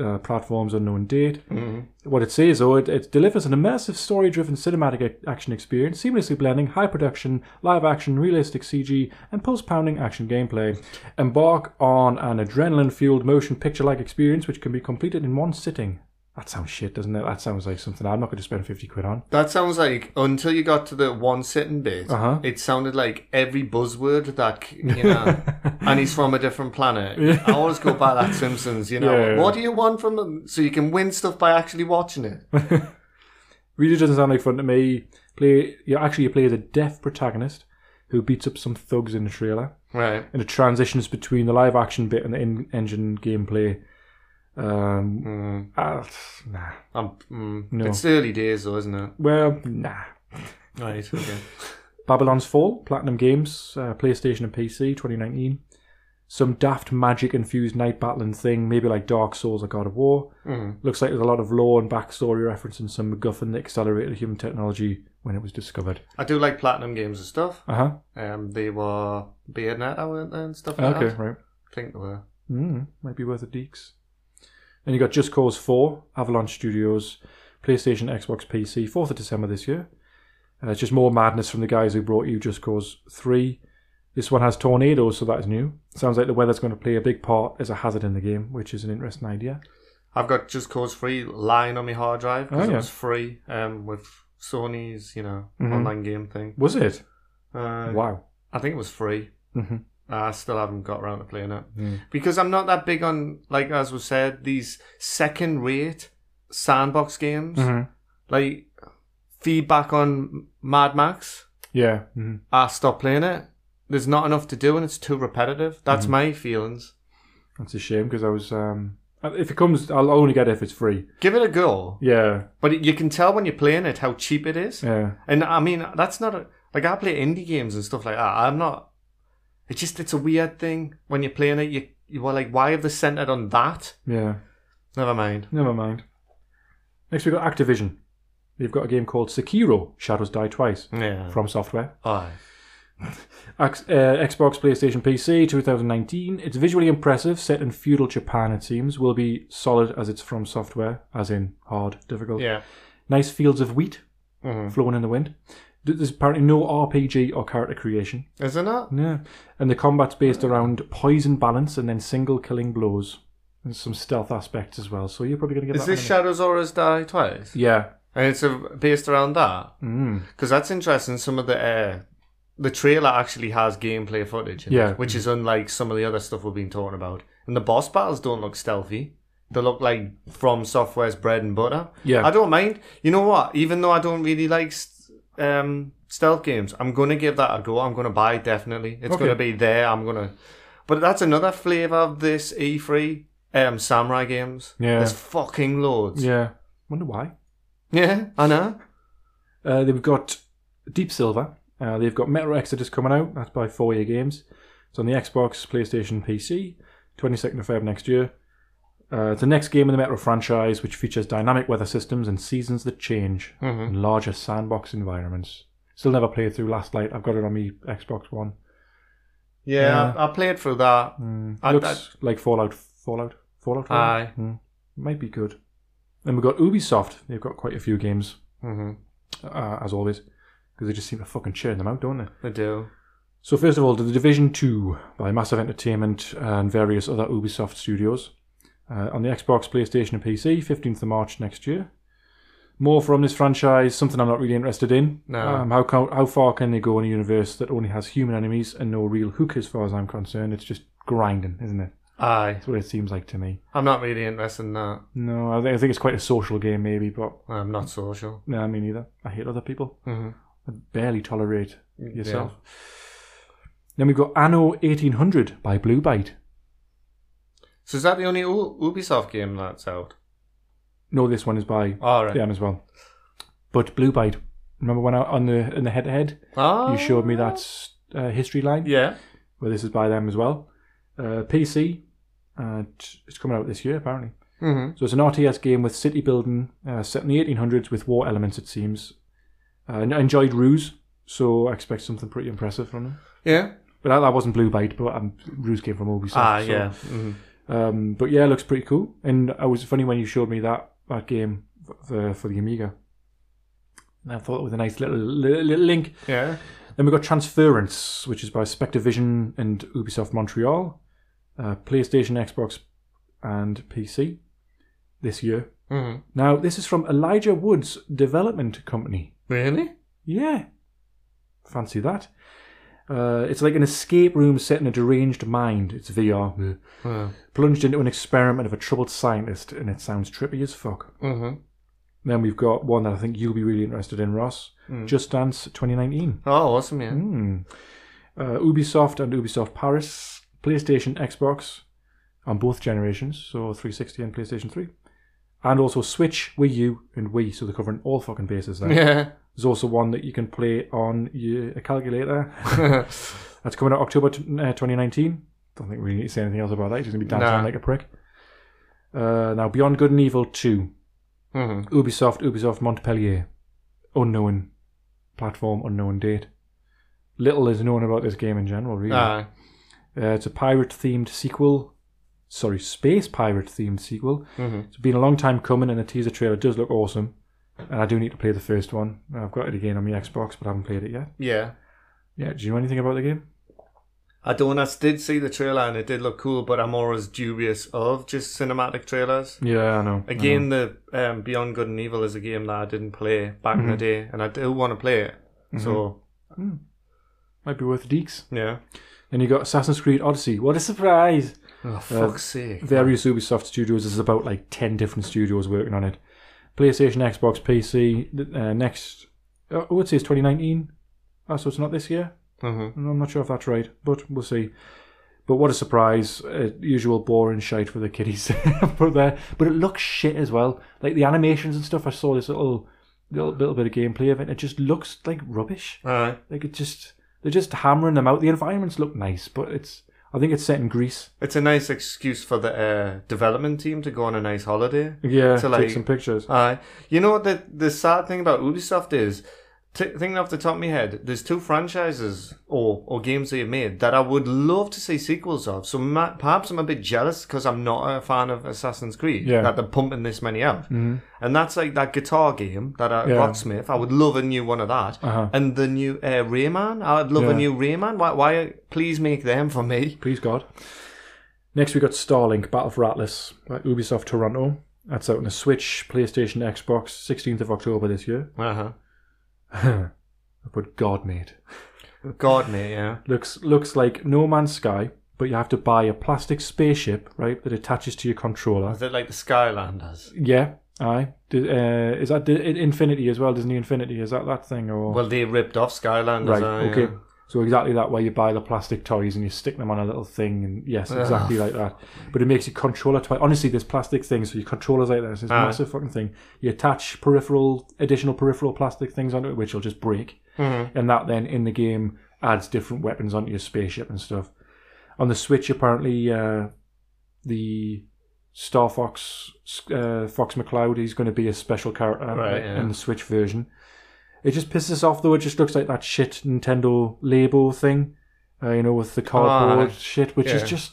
S2: uh, platforms, unknown date.
S1: Mhm.
S2: What it says, though, it, it delivers an immersive, story driven cinematic ac- action experience, seamlessly blending high production, live action, realistic CG, and pulse pounding action gameplay. Embark on an adrenaline fueled motion picture like experience which can be completed in one sitting. That sounds shit, doesn't it? That sounds like something I'm not going to spend 50 quid on.
S1: That sounds like until you got to the one sitting bit,
S2: Uh-huh.
S1: it sounded like every buzzword that c- you know. and he's from a different planet. I always go by that Simpsons. You know,
S2: Yeah.
S1: what do you want from them? So you can win stuff by actually watching it.
S2: really doesn't sound like fun to me. Play, you actually you play the deaf protagonist who beats up some thugs in the trailer,
S1: Right.
S2: and it transitions between the live action bit and the in-engine gameplay. Um,
S1: Mm,
S2: ah, nah.
S1: I'm, mm,
S2: No.
S1: It's early days though, isn't it?
S2: Well, nah.
S1: Right. Okay.
S2: Babylon's Fall, Platinum Games, uh, PlayStation and PC, 2019. Some daft magic infused night battling thing, maybe like Dark Souls or God of War.
S1: Mhm.
S2: Looks like there's a lot of lore and backstory referencing some MacGuffin that accelerated human technology when it was discovered.
S1: I do like platinum games and stuff.
S2: Uh huh.
S1: Um, they were Bayonetta, weren't they, and stuff like
S2: okay,
S1: that.
S2: right.
S1: I think they were.
S2: Mm, might be worth a deeks. And you got Just Cause 4, Avalanche Studios, PlayStation, Xbox, PC, 4th of December this year. Uh, it's just more madness from the guys who brought you Just Cause 3. This one has tornadoes, so that is new. Sounds like the weather's going to play a big part as a hazard in the game, which is an interesting idea.
S1: I've got Just Cause Free lying on my hard drive because
S2: Oh,
S1: it
S2: yeah.
S1: was free um, with Sony's, you know,
S2: Mhm.
S1: online game thing.
S2: Was it?
S1: Uh,
S2: Wow.
S1: I think it was free.
S2: hmm
S1: I still haven't got around to playing it
S2: Mm.
S1: because I'm not that big on, like as was said, these second-rate sandbox games.
S2: Mm-hmm.
S1: Like feedback on Mad Max,
S2: Yeah. hmm
S1: I stopped playing it. There's not enough to do and it's too repetitive.
S2: Mm-hmm.
S1: That's my feelings.
S2: That's a shame because I was. Um, if it comes, I'll only get it if it's free.
S1: Give it a go,
S2: Yeah.
S1: but you can tell when you're playing it how cheap it is.
S2: Yeah.
S1: And I mean, that's not a, like I play indie games and stuff like that. I'm not. It's just it's a weird thing when you're playing it. You you are like, why have they centered on that?
S2: Yeah.
S1: Never mind.
S2: Never mind. Next we've got Activision. They've got a game called Sekiro Shadows Die Twice
S1: Yeah.
S2: from Software.
S1: Aye.
S2: Ax- uh, Xbox, PlayStation, PC 2019. It's visually impressive, set in feudal Japan, it seems. Will be solid as it's from Software, as in hard, difficult.
S1: Yeah.
S2: Nice fields of wheat
S1: Mhm.
S2: flowing in the wind. Th- There's apparently no RPG or character creation.
S1: Is it not?
S2: Yeah. And the combat's based around poison balance and then single killing blows. And some stealth aspects as well. So you're probably going to get
S1: Is
S2: that.
S1: this
S2: one
S1: Shadows Aura's Die Twice?
S2: in a- yeah.
S1: And it's uh based around that
S2: Mm.
S1: because that's interesting. Some of the uh, the trailer actually has gameplay footage, in it,
S2: Yeah.
S1: which is unlike some of the other stuff we've been talking about. And the boss battles don't look stealthy; they look like from Software's bread and butter.
S2: Yeah.
S1: I don't mind. You know what? Even though I don't really like st- um, stealth games, I'm gonna give that a go. I'm gonna buy it definitely. It's
S2: Okay.
S1: gonna be there. I'm gonna. But that's another flavor of this E3 um, samurai games.
S2: Yeah.
S1: there's fucking loads.
S2: Yeah. Wonder why.
S1: yeah, I know.
S2: Uh, they've got Deep Silver. Uh, they've got Metro Exodus coming out. That's by Four Year Games. It's on the Xbox, PlayStation, PC. 22nd of Feb next year. Uh, it's the next game in the Metro franchise, which features dynamic weather systems and seasons that change
S1: Mhm.
S2: and larger sandbox environments. Still never played through Last Light. I've got it on me Xbox One.
S1: Yeah, I, I played through that.
S2: Mm,
S1: I-
S2: looks like Fallout. Fallout. Fallout. Fallout?
S1: Aye.
S2: Mm, might be good. Then we've got Ubisoft. They've got quite a few games.
S1: Mm-hmm.
S2: uh, as always, because they just seem to fucking churn them out, don't they?
S1: They do.
S2: So first of all, the Division Two by Massive Entertainment and various other Ubisoft studios uh, on the Xbox, PlayStation, and PC, fifteenth of March next year. More from this franchise, something I'm not really interested in.
S1: No.
S2: Um, how co- how far can they go in a universe that only has human enemies and no real hook? As far as I'm concerned, it's just grinding, isn't it?
S1: Aye,
S2: That's what it seems like to me.
S1: I'm not really interested in that.
S2: No, I, thi- I think it's quite a social game, maybe, but
S1: I'm not social.
S2: no, me neither. I hate other people.
S1: Mm-hmm.
S2: I barely tolerate
S1: Mm,
S2: yourself. Then we've got Anno 1800 by Blue Byte.
S1: So is that the only U- Ubisoft game that's out?
S2: No, this one is by
S1: All right.
S2: Dan as well. But Blue Byte, remember when I, on the in the head to head
S1: Ah.
S2: you showed me that s- uh, history line?
S1: Yeah.
S2: Well, this is by them as well. Uh, PC, uh, t- it's coming out this year apparently.
S1: Mm-hmm.
S2: So it's an RTS game with city building uh, set in the 1800s with war elements. It seems. Uh, and I enjoyed Ruse, so I expect something pretty impressive from them.
S1: Yeah.
S2: But that, that wasn't Blue Byte, but um, Ruse came from Ubisoft.
S1: Ah,
S2: so-
S1: yeah. Mhm.
S2: Um, but yeah, it looks pretty cool. And it was funny when you showed me that that game for, for the Amiga. And I thought it was a nice little, little, little link.
S1: Yeah.
S2: Then we got Transference, which is by Spectrevision and Ubisoft Montreal, uh, PlayStation, Xbox, and PC this year.
S1: Mm-hmm.
S2: Now, this is from Elijah Woods Development Company.
S1: Really?
S2: Yeah. Fancy that. Uh, it's like an escape room set in a deranged mind. It's VR. Plunged into an experiment of a troubled scientist, and it sounds trippy as fuck.
S1: Mm-hmm.
S2: Then we've got one that I think you'll be really interested in, Ross Just Dance 2019.
S1: Oh, awesome, yeah.
S2: Hmm. Uh, Ubisoft and Ubisoft Paris, PlayStation, Xbox, on both generations, so 360 and PlayStation 3, and also Switch, Wii U, and Wii. So they're covering all fucking bases there.
S1: Yeah.
S2: There's also one that you can play on your, a calculator. That's coming out October t- uh, 2019. Don't think we need to say anything else about that. He's going to be dancing
S1: Nah.
S2: like a prick. Uh, now, Beyond Good and Evil 2,
S1: Mhm.
S2: Ubisoft, Ubisoft Montpellier, unknown platform, unknown date. Little is known about this game in general, really.
S1: Aye.
S2: Uh, it's a pirate themed sequel. Sorry, space pirate themed sequel.
S1: Mhm.
S2: It's been a long time coming, and the teaser trailer does look awesome. And I do need to play the first one. I've got it again on my Xbox, but I haven't played it yet.
S1: Yeah.
S2: Yeah, do you know anything about the game?
S1: I don't. I did see the trailer and it did look cool, but I'm always dubious of just cinematic trailers.
S2: Yeah, I know.
S1: Again, the um, Beyond Good and Evil is a game that I didn't play back in the day, and I do want to play it. So
S2: might be worth deeks.
S1: yeah.
S2: Then you got Assassin's Creed Odyssey. What a surprise!
S1: Oh fuck's sake!
S2: various Ubisoft studios. There's about like 10 different studios working on it. PlayStation, Xbox, PC. th- Uh, next, uh, I would say it's 2019. Oh, so it's not this year?
S1: Mhm.
S2: Mm, I'm not sure if that's right, but we'll see. But what a surprise. Uh, usual boring shite for the kiddies put there. But it looks shit as well. Like the animations and stuff, I saw this little, little, little bit of gameplay of it. It just looks like rubbish.
S1: Aye.
S2: Like it just, they're just hammering them out. The environments look nice, but it's, I think it's set in Greece.
S1: It's a nice excuse for the uh, development team to go on a nice holiday.
S2: Yeah,
S1: So,
S2: take
S1: like- uh,
S2: some pictures.
S1: Aye. You know what the the sad thing about Ubisoft is, t- thinking off the top of my head, there's two franchises or or games they've made that I would love to see sequels of. So ma- perhaps I'm a bit jealous because I'm not a fan of Assassin's Creed
S2: Yeah. Mm-hmm.
S1: that they're pumping this many out. And that's like that guitar game that I,
S2: Yeah.
S1: Rocksmith. I would love a new one of that.
S2: Uh-huh.
S1: And the new uh, Rayman. I would love a
S2: Yeah.
S1: new Rayman. Why? Why? Please make them for me.
S2: Please God. Next, we got Starlink Battle for Atlas by Ubisoft Toronto. That's out on the Switch, PlayStation, Xbox, 16th of October this year.
S1: Uh huh.
S2: But God, mate.
S1: God, mate. Yeah.
S2: Looks, looks like No Man's Sky, but you have to buy a plastic spaceship, right, that attaches to your controller.
S1: Is it like the Skylanders?
S2: Yeah, aye. D- Uh, is that D- Infinity as well? Disney Infinity? Is that that thing? or
S1: Well, they ripped off Skylanders.
S2: Right,
S1: aye,
S2: okay.
S1: yeah.
S2: So exactly that way you buy the plastic toys and you stick them on a little thing and yes, exactly like that. But it makes your controller twice. Honestly, this plastic thing, so your controller's like this, it's a
S1: Aye.
S2: massive fucking thing. You attach peripheral additional peripheral plastic things onto it which will just break.
S1: Mm-hmm.
S2: And that then in the game adds different weapons onto your spaceship and stuff. On the Switch apparently uh, the Star Fox uh, Fox McCloud is going to be a special character
S1: Right,
S2: in-
S1: yeah.
S2: in the Switch version. It just pisses us off though. It just looks like that shit Nintendo Labo thing, uh, you know, with the cardboard
S1: Ah,
S2: shit, which is
S1: yeah.
S2: just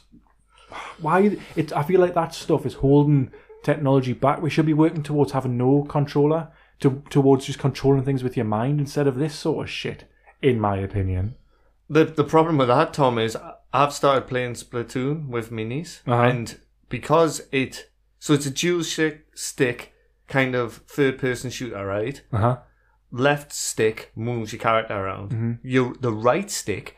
S2: why it. I feel like that stuff is holding technology back. We should be working towards having no controller, to, towards just controlling things with your mind instead of this sort of shit. In my opinion,
S1: The the problem with that, Tom, is I- I've started playing Splatoon with my niece,
S2: Uh-huh.
S1: and because it so it's a dual shi- stick kind of third person shooter, right?
S2: uh huh.
S1: Left stick moves your character around.
S2: Mm-hmm.
S1: Your the right stick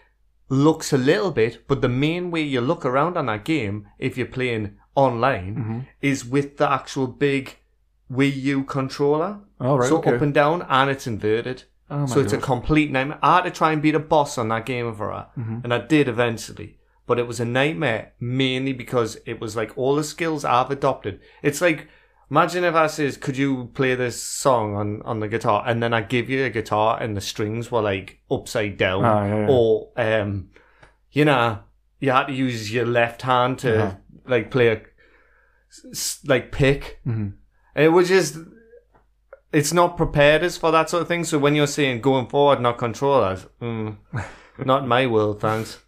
S1: looks a little bit, but the main way you look around on that game, if you're playing online,
S2: Mm-hmm.
S1: is with the actual big Wii U controller.
S2: All Oh, right.
S1: so
S2: okay.
S1: up and down, and it's inverted.
S2: Oh my
S1: So it's a
S2: God.
S1: complete nightmare. I had to try and beat a boss on that game of her,
S2: Mm-hmm.
S1: and I did eventually. But it was a nightmare mainly because it was like all the skills I've adopted. It's like imagine if I says, "Could you play this song on on the guitar?" and then I give you a guitar and the strings were like upside down,
S2: Ah, yeah, yeah.
S1: or um, you know, you had to use your left hand to
S2: Yeah.
S1: like play a s- s- like pick.
S2: Mhm.
S1: It was just it's not prepared us for that sort of thing. So when you're saying going forward, not controllers, mm, not my world, thanks.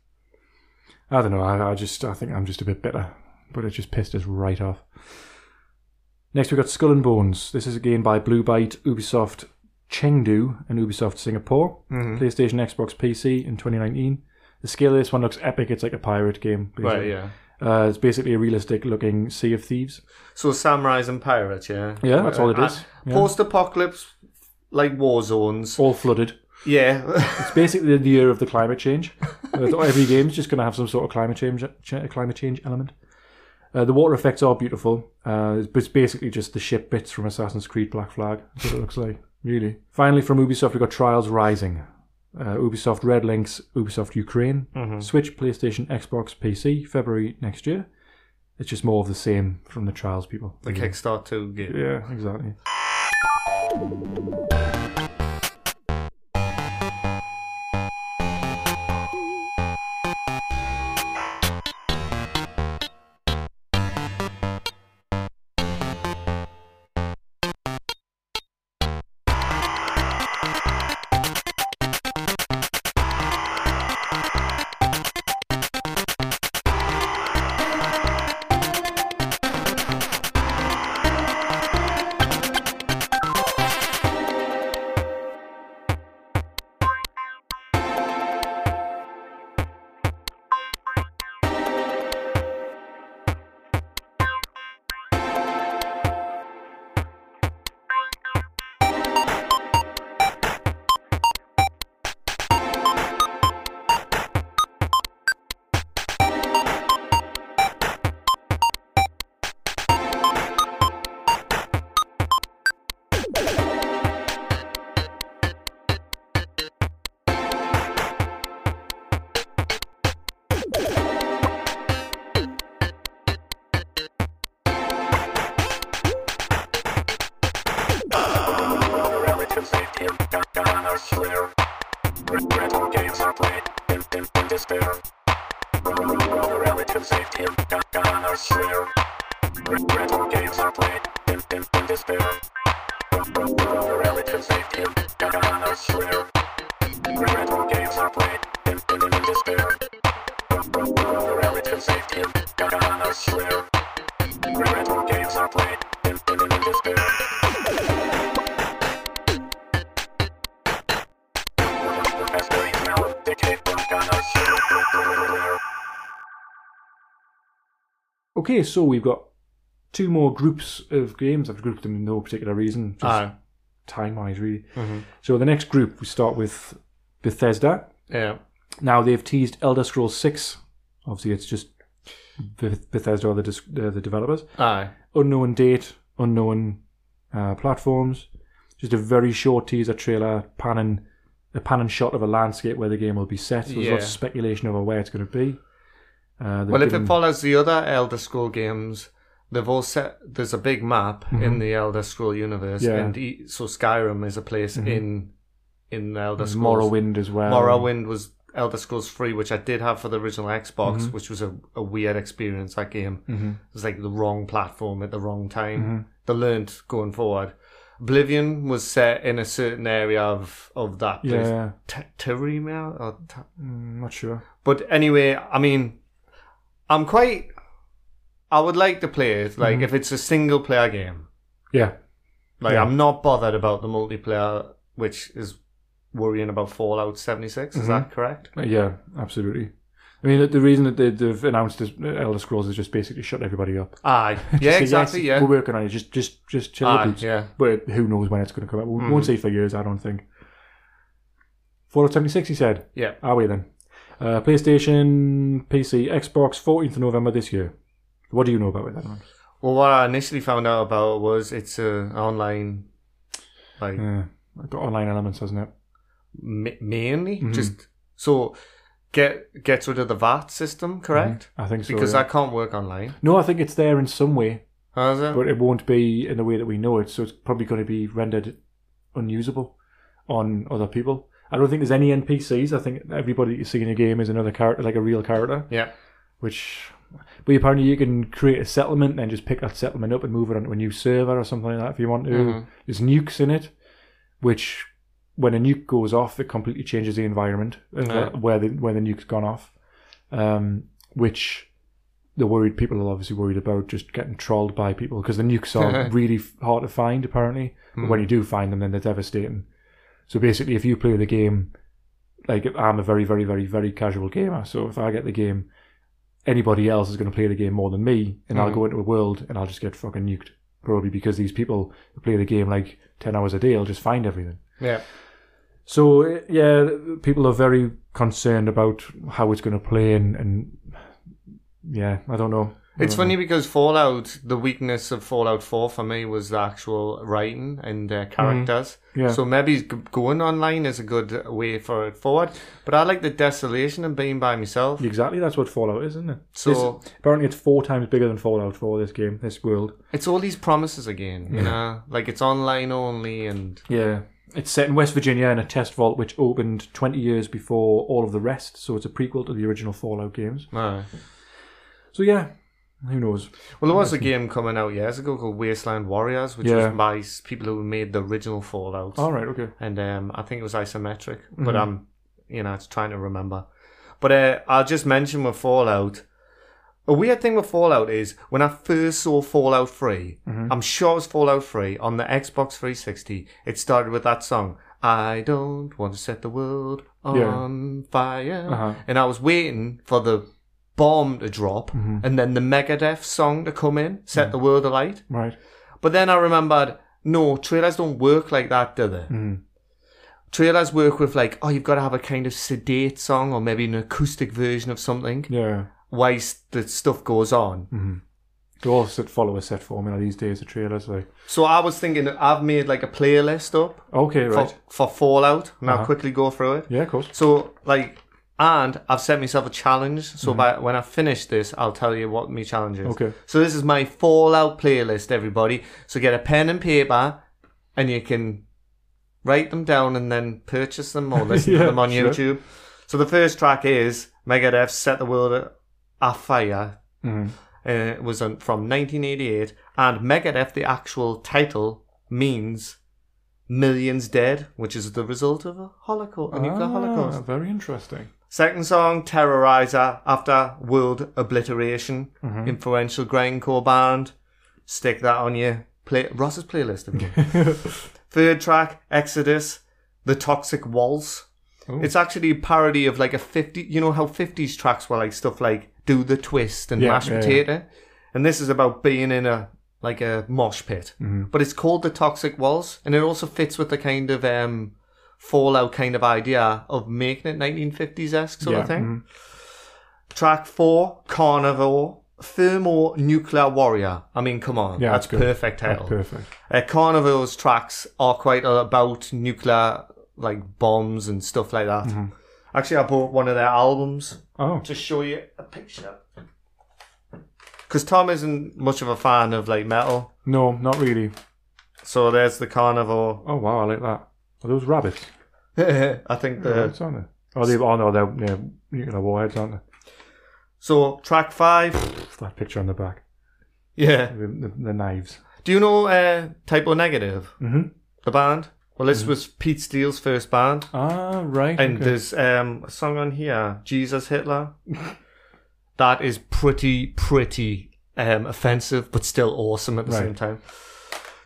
S2: I don't know. I, I just I think I'm just a bit bitter, but it just pissed us right off. Next we got Skull and Bones. This is a game by Blue Byte, Ubisoft Chengdu, and Ubisoft Singapore. PlayStation, Xbox, PC in 2019. The scale of this one looks epic. It's like a pirate game. basically.
S1: yeah.
S2: Uh, it's basically a realistic looking Sea of Thieves.
S1: So samurais and pirates, yeah.
S2: Yeah, that's all it
S1: Uh,
S2: is. Yeah.
S1: Post-apocalypse, like war zones.
S2: All flooded.
S1: Yeah,
S2: It's basically the year of the climate change. Uh, so every game's just going to have some sort of climate change, ch- climate change element. Uh, the water effects are beautiful. Uh, it's- it's basically just the ship bits from Assassin's Creed Black Flag. That's what it looks like, really. Finally, from Ubisoft, we got Trials Rising. Uh, Ubisoft Red Links, Ubisoft Ukraine,
S1: Mm-hmm.
S2: Switch, PlayStation, Xbox, PC, February next year. It's just more of the same from the Trials people.
S1: the Kickstart 2 game.
S2: Yeah, exactly.
S4: Relative safety, Dr. Slayer. Rental games are played in, in, in despair. Relative safety, Dr. Slayer. Rental games are played in, in, in despair. Relative safety, Dr. Slayer. Rental games are played in, in, in despair. Relative safety, Dr. Slayer. Rental games are played in, in, in despair.
S2: Okay, so we've got two more groups of games. I've grouped them in no particular reason, just
S1: Ah,
S2: time wise, really.
S1: Mhm.
S2: So the next group, we start with Bethesda.
S1: yeah.
S2: Now they've teased Elder Scrolls 6. Obviously, it's just Beth- Bethesda or the, dis- uh, the developers.
S1: Aye.
S2: Unknown date, unknown uh, platforms. Just a very short teaser trailer, panning a panning shot of a landscape where the game will be set. There's
S1: Yeah.
S2: lots of speculation over where it's going to be. Uh, they've
S1: Well, if
S2: given-
S1: it follows the other Elder Scroll games, they've all set. There's a big map in the Elder Scroll universe,
S2: Mm-hmm. Yeah. Mm-hmm.
S1: and e- so Skyrim is a place in in Elder
S2: there's
S1: Scrolls.
S2: Morrowind um, as well.
S1: Morrowind was Elder Scrolls 3, which I did have for the original Xbox,
S2: Mm-hmm.
S1: which was a, a weird experience, that game. It was like the wrong platform at the wrong time.
S2: Mm-hmm.
S1: They learned going forward. Oblivion was set in a certain area of, of that place.
S2: Yeah,
S1: T- Terima? Or Oh, Ta-
S2: I'm not sure.
S1: but anyway, I mean, I'm quite. I would like to play it. Like, if it's a single player game,
S2: Yeah,
S1: like,
S2: Mm-hmm. Yeah.
S1: I'm not bothered about the multiplayer, which is worrying about Fallout 76. Is
S2: Mm-hmm.
S1: that correct?
S2: yeah, absolutely. I mean, the- the reason that they, they've announced this uh, Elder Scrolls is just basically shut everybody up.
S1: Aye. Ah, Yeah,
S2: Just say,
S1: exactly.
S2: "Yes,
S1: Yeah.
S2: we're working on it. Just, just, just chill.
S1: Aye,
S2: out, dudes."
S1: yeah. Mm.
S2: But who knows when it's going to come out? We won't see for years, I don't think. Fallout seventy six. He said.
S1: Yeah.
S2: Are we then? Uh, PlayStation, PC, Xbox, fourteenth of November this year. What do you know about it? Then? Max?
S1: Well, what I initially found out about was it's a online, like
S2: Yeah, it's got online elements, hasn't it?
S1: ma- mainly
S2: Mhm.
S1: just so get gets rid of the VAT system, correct?
S2: I think Mm-hmm. so.
S1: Because
S2: yeah.
S1: I can't work online.
S2: no, I think it's there in some way.
S1: How is it?
S2: but it won't be in the way that we know it. So it's probably going to be rendered unusable on other people. I don't think there's any NPCs. I think everybody that you see in a game is another character, like a real character.
S1: yeah.
S2: Which, but apparently you can create a settlement and then just pick that settlement up and move it onto a new server or something like that if you want to.
S1: Mhm.
S2: There's nukes in it, which when a nuke goes off, it completely changes the environment of
S1: Yeah.
S2: the- where the where the nuke's gone off. Um, which the worried people are obviously worried about just getting trolled by people because the nukes are really f- hard to find apparently. But when you do find them, then they're devastating. So basically, if you play the game, like I'm a very very very very casual gamer, so if I get the game, anybody else is going to play the game more than me, and I'll go into a world and I'll just get fucking nuked. Probably because these people who play the game like 10 hours a day will just find everything.
S1: Yeah.
S2: So, eh, yeah, people are very concerned about how it's going to play, and, and yeah, I don't know.
S1: It's funny because Fallout, the weakness of Fallout 4 for me was the actual writing and uh, characters.
S2: Mm-hmm. Yeah.
S1: So maybe g- going online is a good way for it forward. But I like the desolation and being by myself.
S2: Exactly, that's what Fallout is, isn't it?
S1: So-
S2: This- apparently, it's four times bigger than Fallout for this game, this world.
S1: It's all these promises again, you know? Like it's online only and
S2: Yeah. It's set in West Virginia in a test vault which opened 20 years before all of the rest, so it's a prequel to the original Fallout games.
S1: uh,
S2: So, yeah, who knows?
S1: Well, there was a game coming out years ago called Wasteland Warriors, which
S2: Yeah. Oh,
S1: was by s- people who made the original Fallout.
S2: All right, okay.
S1: and um, I think it was isometric,
S2: Mm-hmm.
S1: but I'm, you know, it's trying to remember. But uh, I'll just mention with Fallout. A weird thing with Fallout is when I first saw Fallout 3,
S2: Mm-hmm.
S1: I'm sure it was Fallout 3 on the Xbox 360. It started with that song, I don't want to set the world
S2: Yeah.
S1: on fire.
S2: Uh-huh.
S1: And I was waiting for the bomb to drop
S2: Mm-hmm.
S1: and then the Megadeth song to come in,
S2: Mm.
S1: set the world alight.
S2: Right.
S1: But then I remembered, no, trailers don't work like that, do they?
S2: Hmm.
S1: Trailers work with like, oh, you've got to have a kind of sedate song or maybe an acoustic version of something
S2: Yeah.
S1: whilst the stuff goes on.
S2: Mm. They all sit, follow a set formula these days, the trailers. Like,
S1: So I was thinking, I've made like a playlist up
S2: okay, right.
S1: for, for Fallout, and
S2: Uh-huh.
S1: I'll quickly go through it.
S2: Yeah, of course.
S1: So like, and I've set myself a challenge. So by when I finish this, I'll tell you what my challenge is.
S2: Mm-hmm. Okay.
S1: So this is my Fallout playlist, everybody. So get a pen and paper, and you can write them down and then purchase them or listen
S2: Yeah,
S1: to them on
S2: sure.
S1: YouTube. So the first track is Megadeth "Set the World Afire."
S2: Mhm.
S1: Uh, it was on, from 1988, and Megadeth, the actual title, means millions dead, which is the result of a holocaust, a
S2: Ah,
S1: nuclear holocaust.
S2: very interesting.
S1: Second song, Terrorizer, after World Obliteration, influential grindcore band. Stick that on your play- Ross's playlist. everyone. Third track, Exodus, The Toxic Waltz. It's actually a parody of like a 50, you know how 50s tracks were like stuff like Do the Twist and
S2: Yeah,
S1: Mashed
S2: yeah, yeah.
S1: Potato? And this is about being in a like a mosh pit.
S2: Mm-hmm.
S1: But it's called The Toxic Waltz and it also fits with the kind of um, Fallout kind of idea of making it 1950s esque sort
S2: Yeah, mm-hmm.
S1: of thing. Track four, Carnivore, Thermo Nuclear Warrior. I mean, come on,
S2: Yeah,
S1: that's
S2: it's good.
S1: perfect title.
S2: Perfect.
S1: Uh, Carnivore's tracks are quite about nuclear like bombs and stuff like that. Actually, I bought one of their albums
S2: Oh,
S1: to show you a picture. Because Tom isn't much of a fan of like metal,
S2: no, not really.
S1: so there's the Carnivore.
S2: Oh, wow, I like that. Are those rabbits?
S1: I think the
S2: rabbits, aren't they? Oh, they, oh no, they're yeah, nuclear warheads, aren't they?
S1: so track five.
S2: It's that picture on the back.
S1: Yeah.
S2: The, the, the knives.
S1: Do you know uh, Typo Negative,
S2: Mhm.
S1: the band? Well, this was Pete Steele's first band,
S2: Ah, right.
S1: and there's um, a song on here, "Jesus Hitler," that is pretty, pretty um, offensive, but still awesome at the
S2: Right.
S1: same time.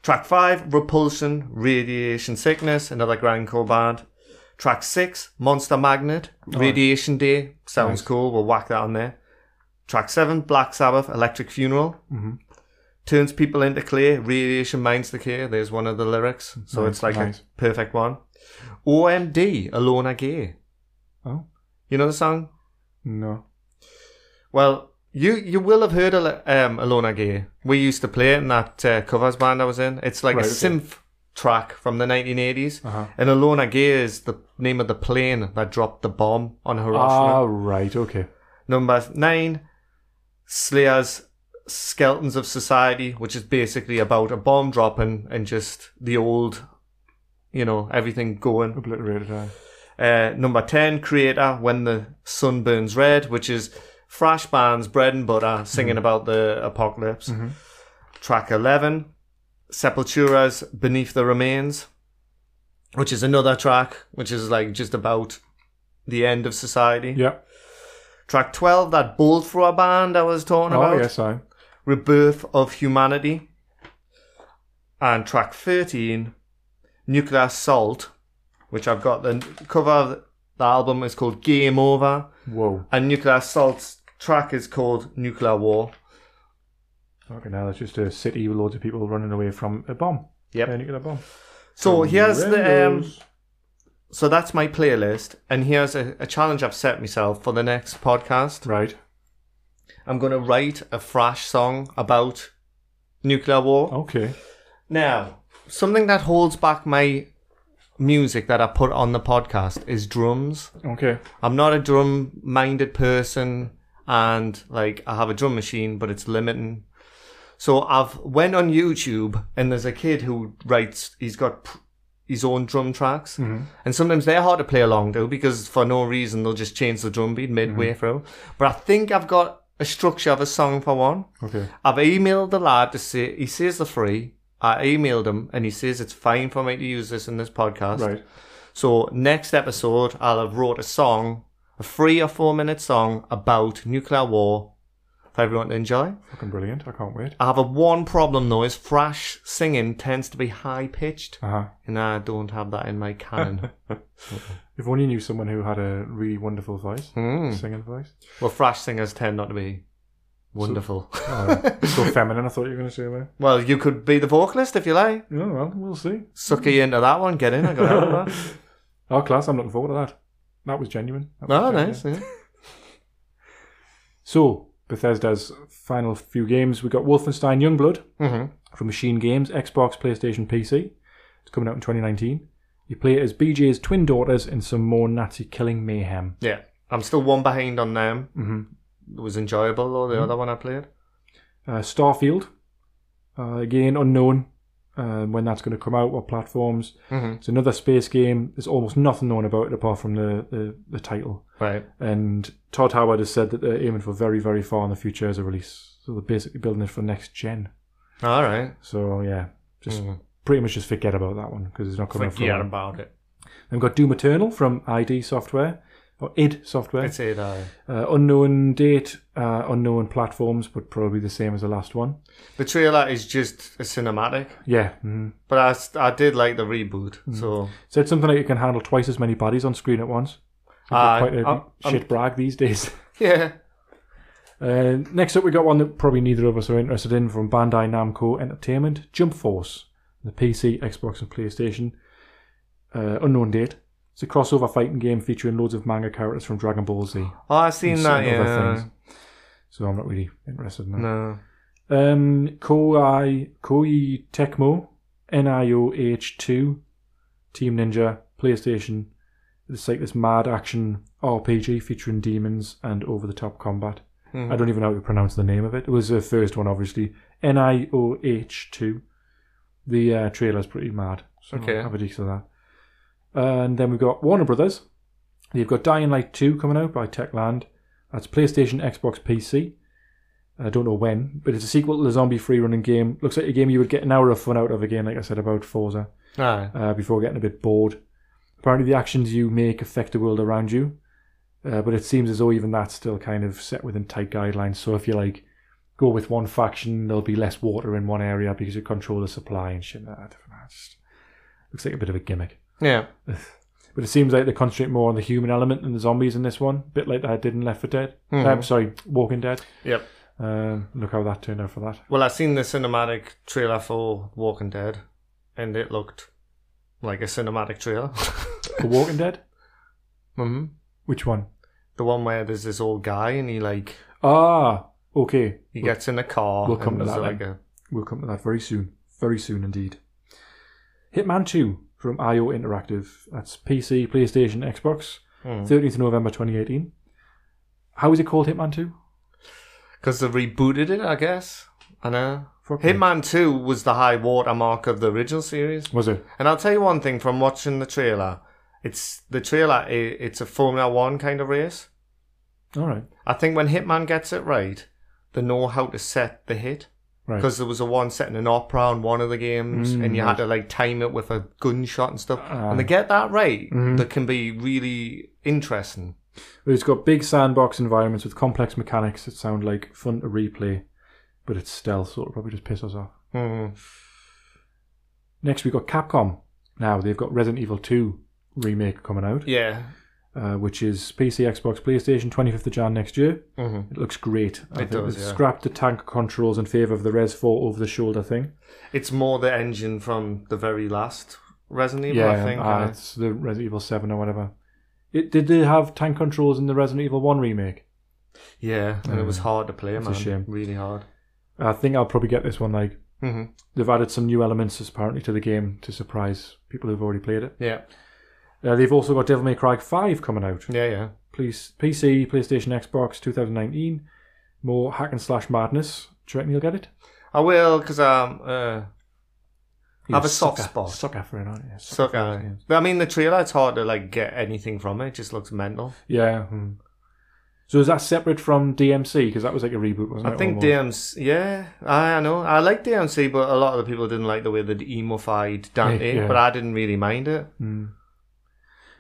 S1: Track five, "Repulsion," "Radiation Sickness," another grindcore band. Track six, "Monster Magnet,"
S2: Oh.
S1: "Radiation Day," sounds cool. We'll whack that on there. Track seven, "Black Sabbath," "Electric Funeral."
S2: Mm-hmm.
S1: turns people into clay, radiation minds the clay. There's one of the lyrics, so
S2: Nice,
S1: it's like
S2: nice.
S1: a perfect one. OMD, Alone Are Gay.
S2: Oh.
S1: You know the song?
S2: No.
S1: Well, you you will have heard of um, Alone Are Gay. We used to play it in that uh, covers band I was in. It's like
S2: Right,
S1: a
S2: okay.
S1: synth track from the 1980s,
S2: Uh-huh.
S1: and Alone Are Gay is the name of the plane that dropped the bomb on Hiroshima.
S2: Ah, right. Okay.
S1: Number nine, Slayer's Skeletons of Society, which is basically about a bomb dropping and just the old, you know, everything going.
S2: Obliterated. Eye.
S1: Uh, number 10, Creator, When the Sun Burns Red, which is thrash bands, bread and butter, singing
S2: Mm-hmm.
S1: about the apocalypse. Track 11, Sepultura's Beneath the Remains, which is another track, which is like just about the end of society.
S2: Yeah.
S1: Track 12, that bolt thrower band I was talking
S2: Oh,
S1: about.
S2: yes, I.
S1: Rebirth of Humanity. And track 13, Nuclear Assault, which I've got the cover of the album is called Game Over.
S2: Whoa.
S1: And Nuclear Assault's track is called Nuclear War.
S2: Okay, now that's just a city with loads of people running away from a bomb.
S1: Yep.
S2: A nuclear bomb.
S1: So here's the um,
S2: Horrendous.
S1: so that's my playlist, and here's a, a challenge I've set myself for the next podcast.
S2: right.
S1: I'm gonna write a thrash song about nuclear war.
S2: Okay.
S1: Now, something that holds back my music that I put on the podcast is drums.
S2: Okay.
S1: I'm not a drum minded person and like I have a drum machine but it's limiting. So I've went on YouTube and there's a kid who writes he's got pr- his own drum tracks and sometimes they're hard to play along to because for no reason they'll just change the drum beat midway through. But I think I've got a structure of a song for one.
S2: Okay.
S1: I've emailed the lad to say he says the free. I emailed him and he says it's fine for me to use this in this podcast.
S2: Right.
S1: So next episode, I'll have wrote a song, a three or four minute song about nuclear war for everyone to enjoy.
S2: Fucking brilliant. I can't wait.
S1: I have a one problem though: is thrash singing tends to be high pitched,
S2: Uh huh.
S1: and I don't have that in my canon.
S2: If only you knew someone who had a really wonderful voice,
S1: Hmm.
S2: singing voice.
S1: well, thrash singers tend not to be wonderful.
S2: Oh, so feminine, I thought you were going to say that.
S1: well, you could be the vocalist if you like.
S2: Oh, well, we'll see.
S1: Suck you into that one. Get in. I got out of that.
S2: Our class, I'm looking forward to that. That was genuine. That was
S1: Oh,
S2: genuine.
S1: nice. Yeah.
S2: So, Bethesda's final few games. We got Wolfenstein Youngblood
S1: Mhm.
S2: from Machine Games, Xbox, PlayStation, PC. It's coming out in 2019. You play it as BJ's twin daughters in some more Nazi killing mayhem.
S1: Yeah. I'm still one behind on them.
S2: Mm-hmm.
S1: It was enjoyable though. The other one I played.
S2: Uh, Starfield, uh, again unknown uh, when that's going to come out, what platforms.
S1: Mhm.
S2: It's another space game. There's almost nothing known about it apart from the, the, the title.
S1: Right.
S2: And Todd Howard has said that they're aiming for very, very far in the future as a release. So they're basically building it for next gen.
S1: All right.
S2: So yeah, just
S1: Mhm.
S2: pretty much just forget about that one because it's not coming out for a while.
S1: about it.
S2: Then we've got Doom Eternal from ID Software or ID Software.
S1: It's it. Uh,
S2: Uh, unknown date, uh, unknown platforms, but probably the same as the last one.
S1: The trailer is just a cinematic,
S2: Yeah. mhm.
S1: but I s- I, did like the reboot.
S2: Mm-hmm.
S1: So
S2: Said something like it can handle twice as many bodies on screen at once.
S1: Uh,
S2: quite a
S1: I'm- I'm-
S2: shit brag these days.
S1: yeah,
S2: Uh, next up, we got one that probably neither of us are interested in from Bandai Namco Entertainment Jump Force, the PC, Xbox, and PlayStation. Uh, unknown date. It's a crossover fighting game featuring loads of manga characters from Dragon Ball Z.
S1: oh, I've seen
S2: and
S1: that.
S2: certain other
S1: Yeah,
S2: things. So I'm not really interested in that.
S1: no,
S2: Um, Koei, Koei Tecmo, NIOH2, Team Ninja, PlayStation. It's like this mad action RPG featuring demons and over the top combat. I don't even know how to pronounce the name of it. It was the first one, obviously. NIOH2. The uh, trailer's pretty mad. So
S1: Okay.
S2: have a decent of that. And then we've got Warner Brothers. You've got Dying Light 2 coming out by Techland. That's PlayStation, Xbox, PC. I don't know when, but it's a sequel to the zombie free running game. Looks like a game you would get an hour of fun out of again, like I said about Forza,
S1: no,
S2: uh, before getting a bit bored. Apparently, the actions you make affect the world around you, uh, but it seems as though even that's still kind of set within tight guidelines. So if you like go with one faction, there'll be less water in one area because you control the supply and shit. Nah, I don't know, it's just looks like a bit of a gimmick.
S1: yeah,
S2: But it seems like they concentrate more on the human element than the zombies in this one, bit like I did in Left 4 Dead.
S1: Mhm.
S2: Um, sorry, Walking Dead.
S1: yep.
S2: Um, look how that turned out for that.
S1: Well, I've seen the cinematic trailer for Walking Dead, and it looked like a cinematic trailer.
S2: The Walking Dead? Mm-hmm.
S1: hmm
S2: Which one?
S1: The one where there's this old guy and he like
S2: Ah, okay.
S1: he gets in a car.
S2: we'll come
S1: and
S2: to
S1: there's
S2: that
S1: like
S2: then.
S1: a
S2: We'll come to that very soon. Very soon indeed. Hitman 2 from IO Interactive. That's PC, PlayStation, Xbox.
S1: Hmm.
S2: 13th of November 2018. How is it called Hitman 2?
S1: because they rebooted it, I guess. I know.
S2: Fuck me.
S1: Hitman Two was the high watermark of the original series.
S2: Was it?
S1: And I'll tell you one thing from watching the trailer. It's the trailer. i- It's a Formula One kind of race.
S2: All right.
S1: I think when Hitman gets it right, they know how to set the hit.
S2: Right.
S1: Because there was a one set in an opera on one of the games,
S2: Mm,
S1: and you had
S2: right.
S1: to like time it with a gunshot and stuff.
S2: Ah.
S1: and they get that right,
S2: Mhm.
S1: that can be really interesting.
S2: It's got big sandbox environments with complex mechanics that sound like fun to replay, but it's stealth, so it'll probably just piss us off. Mm-hmm.
S1: Hmm.
S2: Next, we've got Capcom. Now, they've got Resident Evil 2 remake coming out.
S1: Yeah,
S2: uh, which is PC, Xbox, PlayStation, 25th of Jan next year.
S1: Mhm.
S2: It looks great. I
S1: It
S2: think
S1: does,
S2: they've
S1: yeah.
S2: Scrapped the tank controls in favour of the Res 4 over the shoulder thing.
S1: It's more the engine from the very last Resident Evil,
S2: yeah,
S1: I think.
S2: uh,
S1: uh,
S2: it's the Resident Evil 7 or whatever. It, did they have tank controls in the Resident Evil 1 remake?
S1: yeah, and it was hard to play,
S2: Mm. It's a
S1: man.
S2: shame.
S1: Really hard.
S2: I think I'll probably get this one. Like
S1: hmm
S2: they've added some new elements apparently to the game to surprise people who've already played it.
S1: Yeah,
S2: Uh, they've also got Devil May Cry 5 coming out.
S1: yeah, yeah.
S2: Please, PC, PlayStation, Xbox, 2019. More hack and slash madness. Do you reckon you'll get it?
S1: I will, because I'm uh,
S2: You
S1: Have a soft spot.
S2: Sucker for it, aren't you?
S1: stuck
S2: for
S1: on
S2: those
S1: it.
S2: games.
S1: But, I mean, the trailer, it's hard to like get anything from it. It just looks mental.
S2: Yeah. hmm. So is that separate from DMC? Because that was like a reboot, wasn't it?
S1: I think
S2: almost?
S1: DMC, yeah, I, I know. I like DMC, but a lot of the people didn't like the way they emofied Dante,
S2: Yeah.
S1: but I didn't really mind it.
S2: Hmm.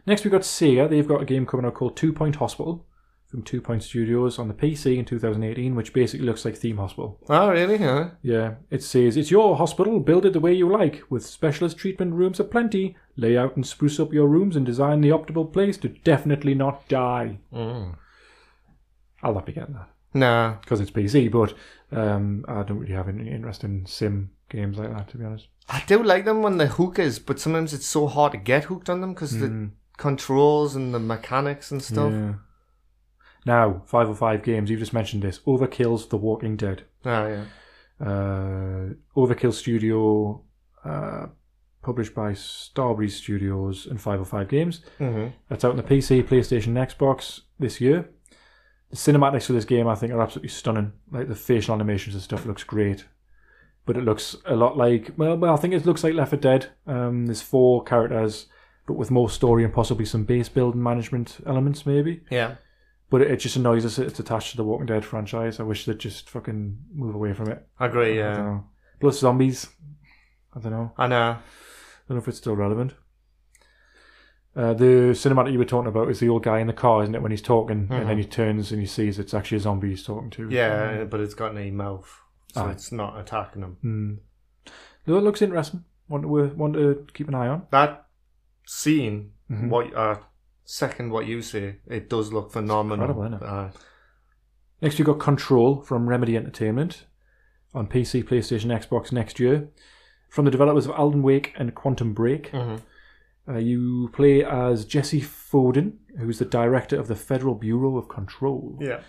S2: Next, we've got Sega. They've got a game coming out called Two Point Hospital from Two Point Studios on the PC in 2018, which basically looks like Theme Hospital.
S1: Oh, really? Huh?
S2: Yeah, it says it's your hospital. Build it the way you like, with specialist treatment rooms aplenty. Lay out and spruce up your rooms and design the optimal place to definitely not die.
S1: Mm.
S2: I'll not be getting that
S1: Nah.
S2: because it's PC, but um, I don't really have any interest in sim games like that, to be honest.
S1: I do like them when the hook is, but sometimes it's so hard to get hooked on them because the controls and the mechanics and stuff.
S2: Hmm. Yeah. Now, 505 games. You've just mentioned this. Overkill's The Walking Dead.
S1: Ah, yeah.
S2: uh, Overkill Studio, uh, published by Starbreeze Studios and 505 Games.
S1: Mhm.
S2: That's out on the PC, PlayStation, and Xbox this year. The cinematics for this game, I think, are absolutely stunning. Like the facial animations and stuff looks great, but it looks a lot like well, well I think it looks like Left 4 Dead. Um, there's four characters, but with more story and possibly some base build and management elements, maybe.
S1: Yeah.
S2: But it, it just annoys us. that It's attached to the Walking Dead franchise. I wish they'd just fucking move away from it.
S1: I agree,
S2: I don't
S1: yeah.
S2: know. Plus zombies. I don't know.
S1: I know.
S2: I don't know if it's still relevant. Uh, the cinematic you were talking about is the old guy in the car, isn't it? When he's talking, and then he turns and he sees it's actually a zombie he's talking to.
S1: Mm-hmm. Yeah, but it's got no mouth, so
S2: Aye.
S1: it's not attacking them.
S2: Mm. No, it looks interesting. One to, one to keep an eye on.
S1: That scene,
S2: Mhm.
S1: what uh, second what you say, it does look phenomenal.
S2: incredible, isn't it?
S1: Aye.
S2: Next, we've got Control from Remedy Entertainment on PC, PlayStation, Xbox next year. From the developers of Alan Wake and Quantum Break.
S1: Mhm.
S2: Uh, you play as Jesse Foden, who's the director of the Federal Bureau of Control.
S1: Yeah.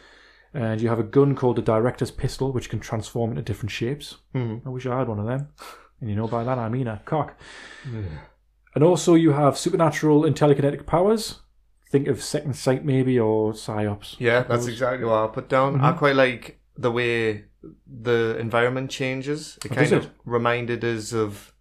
S2: And you have a gun called the Director's Pistol, which can transform into different shapes.
S1: Mhm.
S2: I wish I had one of them. And you know, by that I mean a cock. And also, you have supernatural and telekinetic powers. Think of Second Sight, maybe, or Psyops.
S1: Yeah, that's exactly what I put down. I
S2: Mm-hmm.
S1: quite like the way the environment changes. It
S2: Oh,
S1: kind
S2: does
S1: of
S2: it?
S1: reminded us of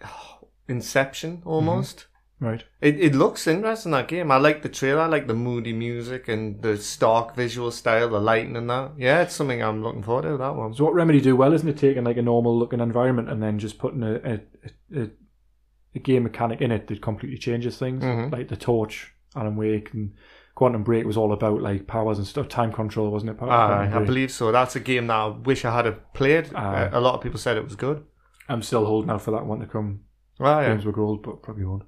S1: Inception
S2: Mm-hmm.
S1: almost.
S2: Right.
S1: It, it looks interesting that game. I like the trailer. I like the moody music and the stark visual style, the lighting and that. Yeah, it's something I'm looking forward to. That one.
S2: So what Remedy do well isn't it taking like a normal looking environment and then just putting a a, a, a game mechanic in it that completely changes things,
S1: Mhm.
S2: like the Torch, Alan Wake, and Quantum Break was all about like powers and stuff, time control, wasn't it? Power-
S1: Aye,
S2: Quantum
S1: Ah, I
S2: Break.
S1: believe so. That's a game that I wish I had have played.
S2: Aye.
S1: Uh, a lot of people said it was good. Ah,
S2: I'm still holding out for that one to come.
S1: Right.
S2: Games were gold, but probably won't.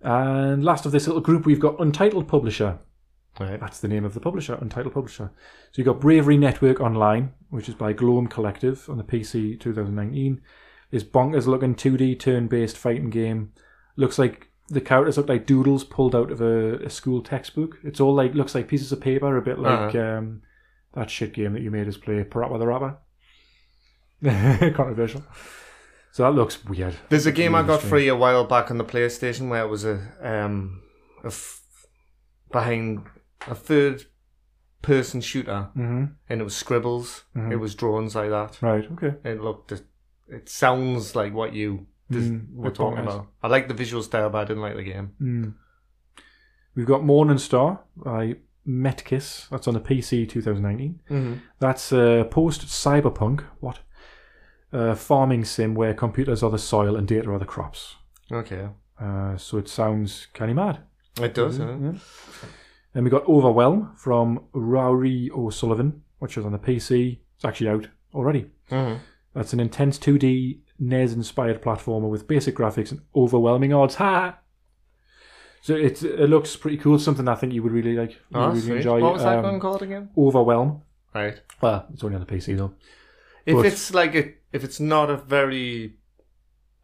S2: And last of this little group, we've got Untitled Publisher.
S1: Right.
S2: That's the name of the publisher, Untitled Publisher. So you've got Bravery Network Online, which is by Gloam Collective on the PC 2019. This bonkers looking 2D turn based fighting game. Looks like the characters look like doodles pulled out of a, a school textbook. It's all like, looks like pieces of paper, a bit like um, that shit game that you made us play, Parappa the Rapper. Controversial. So that looks weird.
S1: There's a game I got
S2: Interesting.
S1: free a while back on the PlayStation where it was a um a f- behind a third person shooter
S2: hmm
S1: and it was scribbles.
S2: Mm-hmm.
S1: It was drawings like that.
S2: Right, okay.
S1: It looked it sounds like what you dis-
S2: Mm,
S1: were
S2: it probably
S1: talking
S2: is.
S1: about. I like the visual style, but I didn't like the game.
S2: Mm. We've got Morning Star by Metkiss. That's on the PC 2019.
S1: Mm-hmm.
S2: That's uh, post cyberpunk. What? Uh, farming sim where computers are the soil and data are the crops.
S1: Okay,
S2: Uh, so it sounds kind of mad.
S1: it does.
S2: Mm-hmm.
S1: huh?
S2: Then we got Overwhelm from Rory O'Sullivan, which is on the PC. It's actually out already.
S1: Mhm.
S2: That's an intense 2D NES inspired platformer with basic graphics and overwhelming odds. Ha! So it it looks pretty cool. Something I think you would really like. You would
S1: Oh,
S2: really
S1: sweet.
S2: enjoy.
S1: what was that
S2: um,
S1: one called again?
S2: Overwhelm.
S1: Right.
S2: Well, it's only on the PC though.
S1: If
S2: But-
S1: it's like a, if it's not a very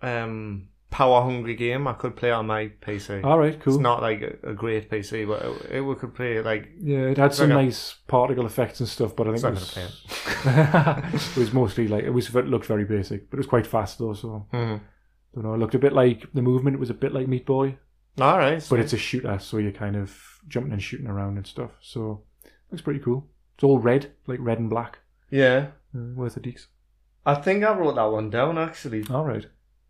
S1: um, power hungry game, I could play it on my PC.
S2: All right, cool.
S1: It's not like a, a great PC, but it, it we could play it like
S2: Yeah, it had some
S1: Okay.
S2: nice particle effects and stuff, but I think
S1: It's
S2: it
S1: not
S2: was,
S1: gonna
S2: it was mostly like it was it looked very basic, but it was quite fast though. So don't know. It looked a bit like the movement was a bit like Meat Boy,
S1: all right.
S2: but it's a shooter, so you're kind of jumping and shooting around and stuff. So looks pretty cool. It's all red, like red and black.
S1: yeah.
S2: Uh, where's the deeks?
S1: I think I wrote that one down actually.
S2: All right.